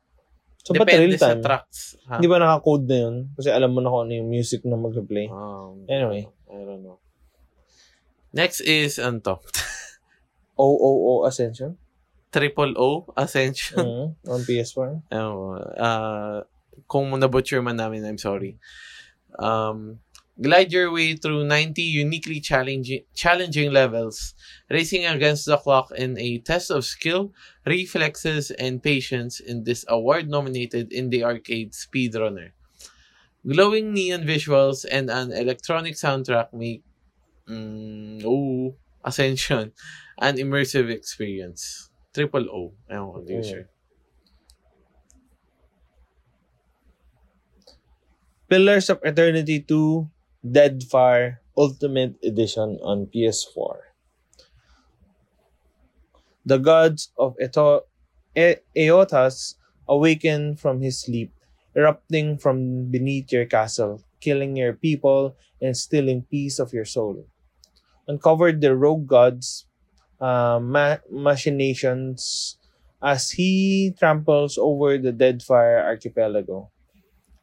[SPEAKER 3] So, ba't real
[SPEAKER 2] Depende sa
[SPEAKER 3] time?
[SPEAKER 2] tracks. Ha?
[SPEAKER 3] Hindi ba naka-code na yun? Kasi alam mo na kung ano yung music na mag-play.
[SPEAKER 2] Um,
[SPEAKER 3] Anyway.
[SPEAKER 2] I don't know. Next is, ano to?
[SPEAKER 3] OOO Ascension?
[SPEAKER 2] Triple O Ascension.
[SPEAKER 3] Mhm. On PS4?
[SPEAKER 2] Ewan ko. Ah, kung na-butcher man namin, I'm sorry. Um, glide your way through 90 uniquely challenging, challenging levels, racing against the clock in a test of skill, reflexes, and patience in this award nominated in the arcade speedrunner. Glowing neon visuals and an electronic soundtrack make mm, ooh, Ascension an immersive experience. Triple O. Ewan ko, hindi ko
[SPEAKER 3] Mm.
[SPEAKER 2] sure.
[SPEAKER 3] Pillars of Eternity 2 Deadfire Ultimate Edition on PS4. The gods of Eto- E- Eotas awaken from his sleep, erupting from beneath your castle, killing your people, and stealing peace of your soul. Uncover the rogue gods' uh, ma- machinations as he tramples over the Deadfire archipelago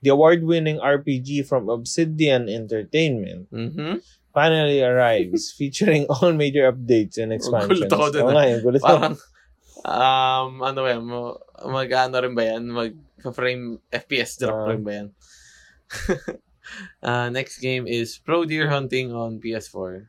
[SPEAKER 3] the award-winning RPG from Obsidian Entertainment
[SPEAKER 2] Mm-hmm.
[SPEAKER 3] finally arrives, featuring all major updates and expansions.
[SPEAKER 2] Gulat ako dun,
[SPEAKER 3] Oo nga, yung gulat ako.
[SPEAKER 2] Parang, um, ano ba yan, mo- mag ano rin ba yan, mag frame FPS drop
[SPEAKER 3] Ah.
[SPEAKER 2] rin ba yan? Uh, next game is Pro Deer Hunting on PS4.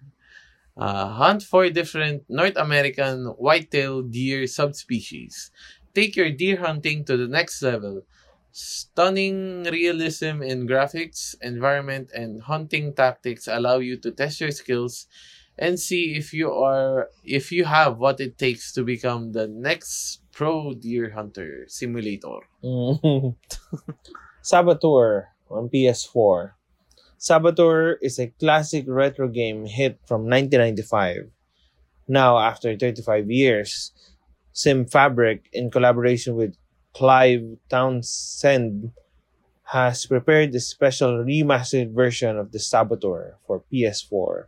[SPEAKER 2] Uh, hunt for different North American whitetail deer subspecies. Take your deer hunting to the next level. Stunning realism in graphics, environment, and hunting tactics allow you to test your skills and see if you are if you have what it takes to become the next pro deer hunter simulator.
[SPEAKER 3] Mm. Saboteur on PS4. Saboteur is a classic retro game hit from 1995. Now, after 35 years, Sim Fabric, in collaboration with Clive Townsend, has prepared a special remastered version of the Saboteur for PS4.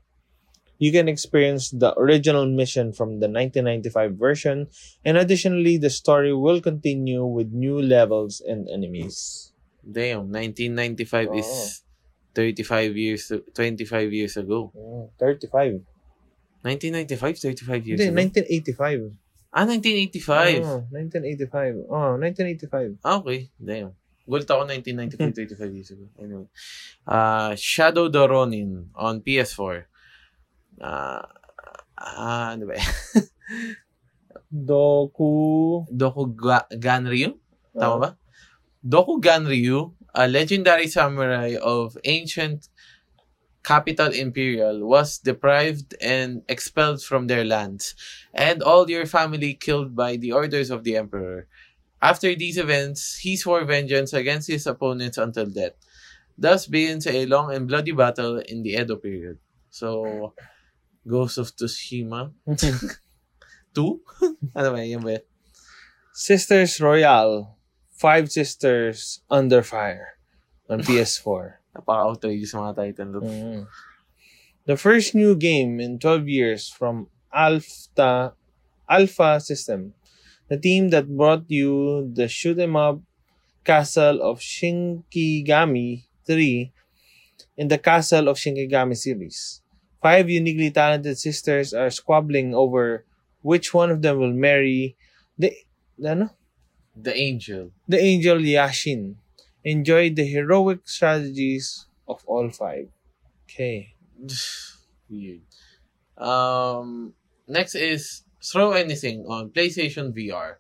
[SPEAKER 3] You can experience the original mission from the 1995 version, and additionally, the story will continue with new levels and enemies.
[SPEAKER 2] Damn, 1995 is 35 years 25 years ago.
[SPEAKER 3] Mm, 35.
[SPEAKER 2] 1995 35
[SPEAKER 3] Hindi,
[SPEAKER 2] years
[SPEAKER 3] Oh.
[SPEAKER 2] ago.
[SPEAKER 3] 1985.
[SPEAKER 2] ah, 1985.
[SPEAKER 3] Oo, 1985. Oh, 1985.
[SPEAKER 2] Ah, okay. Damn. Gulat ako 1995, 35 years ago. Anyway. Uh, Shadow the Ronin on PS4. Uh, ah, ano ba?
[SPEAKER 3] Doku.
[SPEAKER 2] Dokuganryu? Tama
[SPEAKER 3] Oo.
[SPEAKER 2] ba? Dokuganryu, a legendary samurai of ancient capital imperial, was deprived and expelled from their lands, and all your family killed by the orders of the emperor. After these events, he swore vengeance against his opponents until death. Thus begins a long and bloody battle in the Edo period. So, Ghost of Tsushima
[SPEAKER 3] uh,
[SPEAKER 2] 2? ano ba yun ba?
[SPEAKER 3] Sisters Royale. Five Sisters Under Fire on PS4.
[SPEAKER 2] Napaka-outrageous mga title. to.
[SPEAKER 3] Mm. The first new game in 12 years from Alpha Alpha System, the team that brought you the shoot 'em up Castle of Shinkigami 3 in the Castle of Shinkigami series. Five uniquely talented sisters are squabbling over which one of them will marry the the ano?
[SPEAKER 2] The Angel.
[SPEAKER 3] the angel Yashin. Enjoy the heroic strategies of all five. Okay.
[SPEAKER 2] Weird. Um, next is Throw Anything on PlayStation VR.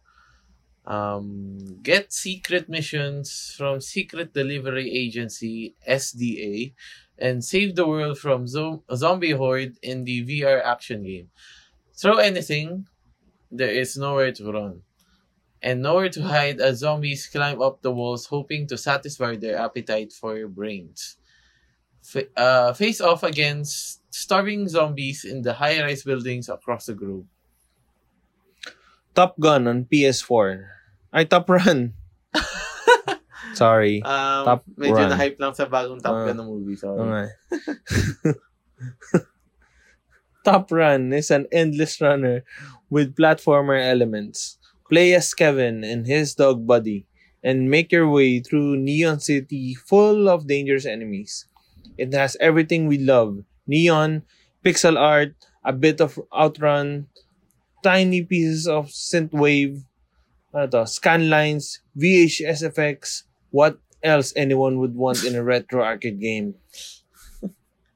[SPEAKER 2] Um, get secret missions from Secret Delivery Agency SDA and save the world from zo- a zombie horde in the VR action game. Throw anything, there is nowhere to run. And nowhere to hide as zombies climb up the walls hoping to satisfy their appetite for brains. fa- uh, face off against starving zombies in the high-rise buildings across the group.
[SPEAKER 3] Top Gun on PS4. Ay, Top Run. Sorry.
[SPEAKER 2] Um,
[SPEAKER 3] Top Run.
[SPEAKER 2] medyo na-hype lang sa bagong Top
[SPEAKER 3] Ah.
[SPEAKER 2] Gun na movie. Sorry.
[SPEAKER 3] Okay. Top Run is an endless runner with platformer elements. Play as Kevin and his dog Buddy and make your way through Neon City full of dangerous enemies. It has everything we love neon, pixel art, a bit of outrun, tiny pieces of synthwave, ano to, scan lines, VHS effects, what else anyone would want in a retro arcade game.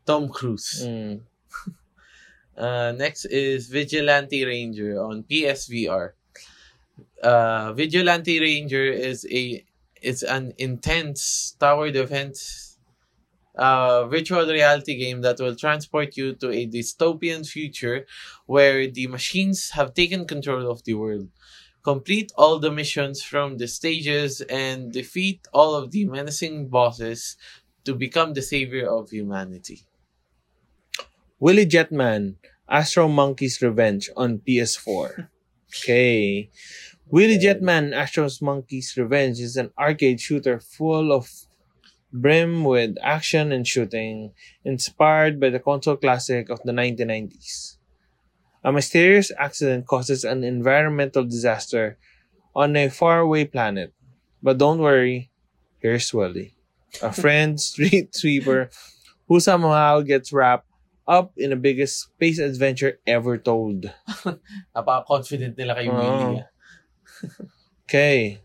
[SPEAKER 2] Tom Cruise.
[SPEAKER 3] Mm.
[SPEAKER 2] Uh, next is Vigilante Ranger on PSVR. Uh, Vigilante Ranger is a it's an intense tower defense uh, virtual reality game that will transport you to a dystopian future where the machines have taken control of the world. Complete all the missions from the stages and defeat all of the menacing bosses to become the savior of humanity.
[SPEAKER 3] Willy Jetman, Astro Monkey's Revenge on PS4. Okay. Willy
[SPEAKER 2] Okay.
[SPEAKER 3] Jetman, Astro Monkey's Revenge is an arcade shooter full of brim with action and shooting, inspired by the console classic of the 1990s. A mysterious accident causes an environmental disaster on a faraway planet. But don't worry, here's Willy, a friend street sweeper who somehow gets wrapped up in the biggest space adventure ever told.
[SPEAKER 2] Napaka-confident nila kay
[SPEAKER 3] Oo.
[SPEAKER 2] Willie. ah.
[SPEAKER 3] Okay.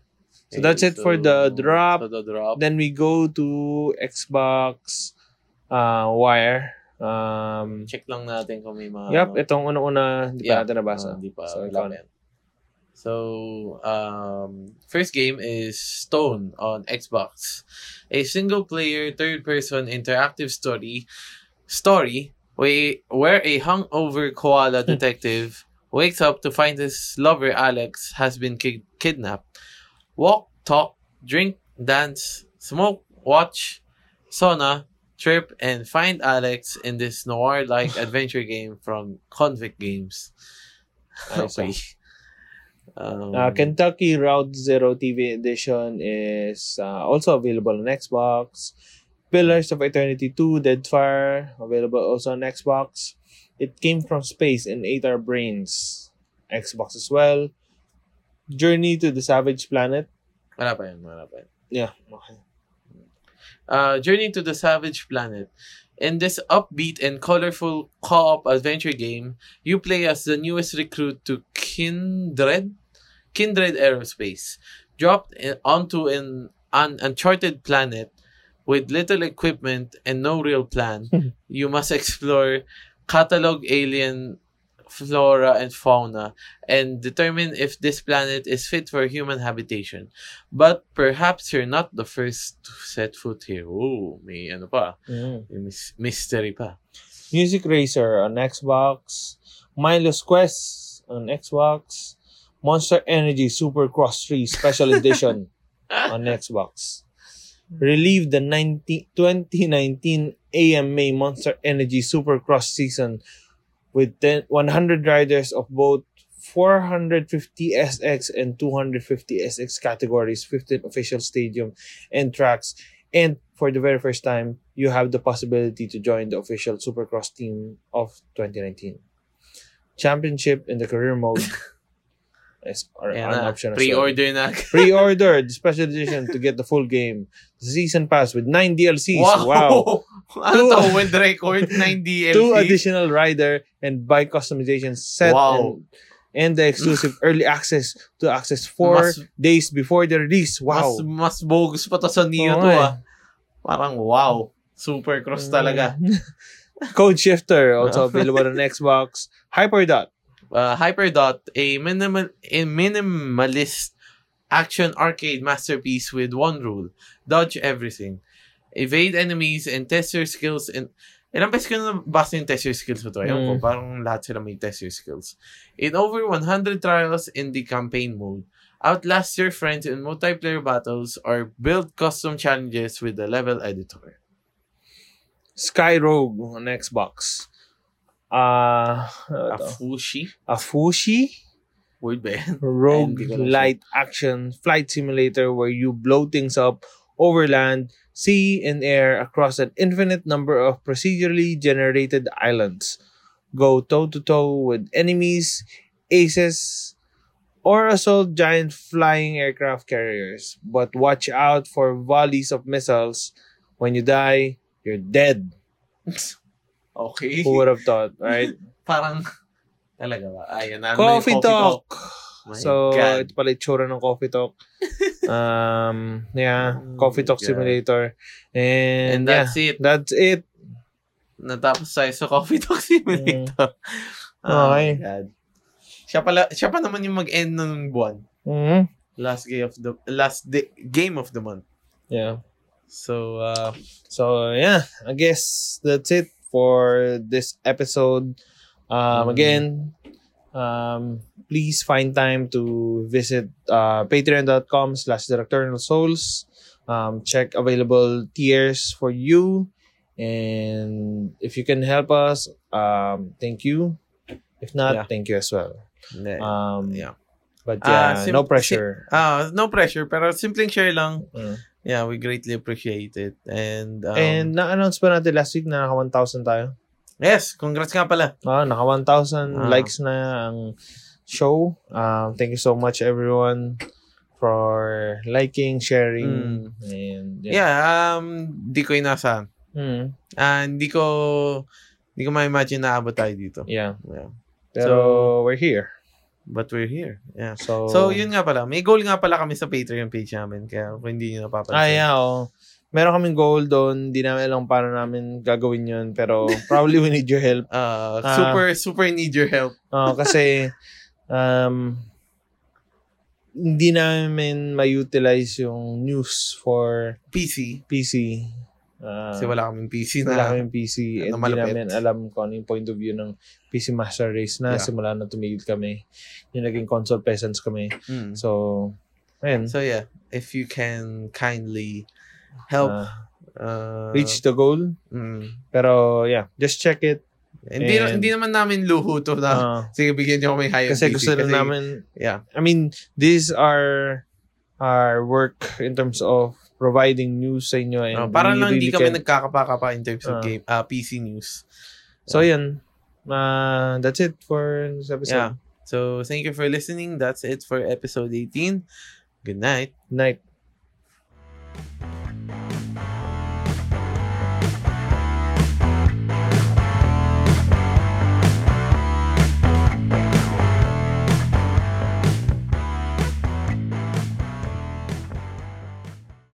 [SPEAKER 3] So that's it for the drop.
[SPEAKER 2] So the drop.
[SPEAKER 3] Then we go to Xbox uh, Wire. Um,
[SPEAKER 2] Check lang natin kung may mga...
[SPEAKER 3] Yup,
[SPEAKER 2] ano.
[SPEAKER 3] itong una-una, hindi pa
[SPEAKER 2] Uh, Yeah.
[SPEAKER 3] natin nabasa.
[SPEAKER 2] Ah, Hindi pa.
[SPEAKER 3] So,
[SPEAKER 2] wala
[SPEAKER 3] ikaw
[SPEAKER 2] pa
[SPEAKER 3] na.
[SPEAKER 2] yan. So, um, first game is Stone on Xbox. A single-player, third-person interactive story story where, where a hungover koala detective wakes up to find his lover Alex has been ki- kidnapped. Walk, talk, drink, dance, smoke, watch, sauna, trip, and find Alex in this noir-like adventure game from Convict Games.
[SPEAKER 3] Ayos,
[SPEAKER 2] Okay. Um,
[SPEAKER 3] Uh, Kentucky Route Zero TV Edition is uh, also available on Xbox. Pillars of Eternity 2 Deadfire available also on Xbox. It came from space and ate our brains. Xbox as well. Journey to the Savage Planet.
[SPEAKER 2] wala pa yun, wala pa yun.
[SPEAKER 3] Yeah. okay.
[SPEAKER 2] Uh, Journey to the Savage Planet. In this upbeat and colorful co-op adventure game, you play as the newest recruit to Kindred, Kindred Aerospace, dropped in- onto an, an uncharted planet with little equipment and no real plan. you must explore, catalog alien flora and fauna, and determine if this planet is fit for human habitation. But perhaps you're not the first to set foot here. Oh, may ano pa,
[SPEAKER 3] Mm.
[SPEAKER 2] may mys- mystery pa.
[SPEAKER 3] Music Racer on Xbox. Mindless Quest on Xbox. Monster Energy Super Cross 3 Special Edition on Xbox. Relieve the 19, 2019 AMA Monster Energy Super Cross season with 10, 100 riders of both 450 SX and 250 SX categories, 15 official stadium and tracks. And for the very first time, you have the possibility to join the official Supercross team of 2019. Championship in the career mode is are an
[SPEAKER 2] Ayan na,
[SPEAKER 3] option. as well.
[SPEAKER 2] pre-order na.
[SPEAKER 3] Pre-order the special edition to get the full game. The season pass with 9 DLCs. Wow.
[SPEAKER 2] ano
[SPEAKER 3] Two-
[SPEAKER 2] to, world record, 9 DLC.
[SPEAKER 3] Two additional rider and bike customizations set
[SPEAKER 2] Wow.
[SPEAKER 3] and, and the exclusive early access to access four
[SPEAKER 2] Mas-
[SPEAKER 3] days before the release.
[SPEAKER 2] Mas,
[SPEAKER 3] Wow.
[SPEAKER 2] mas bogus pa to sa
[SPEAKER 3] Oo
[SPEAKER 2] Neo to
[SPEAKER 3] nga eh. Mm.
[SPEAKER 2] ah. Parang wow. Super cross talaga.
[SPEAKER 3] Oh, Code Shifter also available on Xbox. Hyperdot.
[SPEAKER 2] Uh, Hyperdot, a minimal a minimalist action arcade masterpiece with one rule, dodge everything. Evade enemies and test your skills and Ilang beses ko na nabasa yung test your skills mo to. Ayun ko,
[SPEAKER 3] Mm.
[SPEAKER 2] parang lahat sila may test your skills. In over 100 trials in the campaign mode, outlast your friends in multiplayer battles or build custom challenges with the level editor.
[SPEAKER 3] Sky Rogue on Xbox. Ah, ano to?
[SPEAKER 2] Afushi?
[SPEAKER 3] Afushi?
[SPEAKER 2] Word ba yan?
[SPEAKER 3] rogue
[SPEAKER 2] Ay, hindi ko lang
[SPEAKER 3] light action flight simulator where you blow things up over land, sea, and air across an infinite number of procedurally generated islands. Go toe to toe with enemies, aces, or assault giant flying aircraft carriers. But watch out for volleys of missiles. When you die, you're dead.
[SPEAKER 2] Okay.
[SPEAKER 3] Who would have thought, right?
[SPEAKER 2] Parang, talaga ba? Ayan na.
[SPEAKER 3] Coffee, talk.
[SPEAKER 2] My
[SPEAKER 3] so,
[SPEAKER 2] God.
[SPEAKER 3] ito pala yung tsura ng Coffee Talk. Um, yeah,
[SPEAKER 2] Oh
[SPEAKER 3] Coffee
[SPEAKER 2] my
[SPEAKER 3] Talk
[SPEAKER 2] God.
[SPEAKER 3] Simulator. And,
[SPEAKER 2] and that's
[SPEAKER 3] yeah,
[SPEAKER 2] it.
[SPEAKER 3] that's it.
[SPEAKER 2] Natapos tayo sa coffee talk simulator.
[SPEAKER 3] Mm.
[SPEAKER 2] Oh
[SPEAKER 3] Okay.
[SPEAKER 2] my God. Siya pala, siya pa naman yung mag-end ng buwan.
[SPEAKER 3] Mhm.
[SPEAKER 2] Last game of the last day, game of the month.
[SPEAKER 3] Yeah.
[SPEAKER 2] So, uh,
[SPEAKER 3] So, yeah, I guess that's it for this episode. Um,
[SPEAKER 2] Mm.
[SPEAKER 3] Again, um, please find time to visit uh, patreon.com slash the Nocturnal souls. Um, check available tiers for you. And if you can help us, um, thank you. If not,
[SPEAKER 2] Yeah.
[SPEAKER 3] thank you as well.
[SPEAKER 2] ne-
[SPEAKER 3] Um,
[SPEAKER 2] yeah.
[SPEAKER 3] But yeah,
[SPEAKER 2] Ah, sim-
[SPEAKER 3] no
[SPEAKER 2] si-
[SPEAKER 3] pressure.
[SPEAKER 2] uh, Ah, no pressure, pero simpleng share lang.
[SPEAKER 3] Mm.
[SPEAKER 2] Yeah, we greatly appreciate it. And, um,
[SPEAKER 3] And na-announce pa natin last week na naka 1,000 tayo.
[SPEAKER 2] yes, congrats nga pala.
[SPEAKER 3] Ah, naka 1,000
[SPEAKER 2] Ah.
[SPEAKER 3] likes na ang show. Um, thank you so much everyone for liking, sharing,
[SPEAKER 2] Mm.
[SPEAKER 3] and yeah.
[SPEAKER 2] Yeah, um, di ko inasa.
[SPEAKER 3] Mm,
[SPEAKER 2] Ah, hindi ko, hindi ko ma-imagine na abot tayo dito.
[SPEAKER 3] yeah.
[SPEAKER 2] Yeah.
[SPEAKER 3] Pero we're here.
[SPEAKER 2] But we're here. Yeah.
[SPEAKER 3] So,
[SPEAKER 2] So, yun nga pala. May goal nga pala kami sa Patreon page namin. Kaya kung hindi nyo napapansin.
[SPEAKER 3] Ah, yeah, oh. Meron kaming goal doon. Hindi namin alam paano namin gagawin yun. Pero probably we need your help.
[SPEAKER 2] Ah,
[SPEAKER 3] Ah.
[SPEAKER 2] super, super need your help.
[SPEAKER 3] Oo, Oh, kasi um, hindi namin ma-utilize yung news for
[SPEAKER 2] PC.
[SPEAKER 3] PC. Uh,
[SPEAKER 2] Kasi wala kaming PC na.
[SPEAKER 3] wala kaming PC.
[SPEAKER 2] na
[SPEAKER 3] and hindi
[SPEAKER 2] malapit.
[SPEAKER 3] namin alam kung ano yung point of view ng PC Master Race na
[SPEAKER 2] Yeah.
[SPEAKER 3] simula na tumigil kami. Yung naging console peasants kami.
[SPEAKER 2] Mm. So,
[SPEAKER 3] So, ayun.
[SPEAKER 2] yeah. If you can kindly help
[SPEAKER 3] ah,
[SPEAKER 2] uh,
[SPEAKER 3] reach the goal.
[SPEAKER 2] mm.
[SPEAKER 3] Pero yeah, just check it.
[SPEAKER 2] Hindi,
[SPEAKER 3] And-
[SPEAKER 2] hindi naman namin luho to na
[SPEAKER 3] Ah,
[SPEAKER 2] sige bigyan niyo kami higher
[SPEAKER 3] kasi
[SPEAKER 2] PC.
[SPEAKER 3] gusto rin namin
[SPEAKER 2] yeah
[SPEAKER 3] I mean, these are our work in terms of providing news sa inyo. And
[SPEAKER 2] Oh, para
[SPEAKER 3] we
[SPEAKER 2] lang
[SPEAKER 3] really
[SPEAKER 2] hindi kami
[SPEAKER 3] can-
[SPEAKER 2] nagkakapa-kapa in terms of
[SPEAKER 3] Ah.
[SPEAKER 2] game ah, PC news
[SPEAKER 3] So, yun. Uh, that's it for this episode.
[SPEAKER 2] yeah so thank you for listening that's it for episode 18 good night
[SPEAKER 3] Night.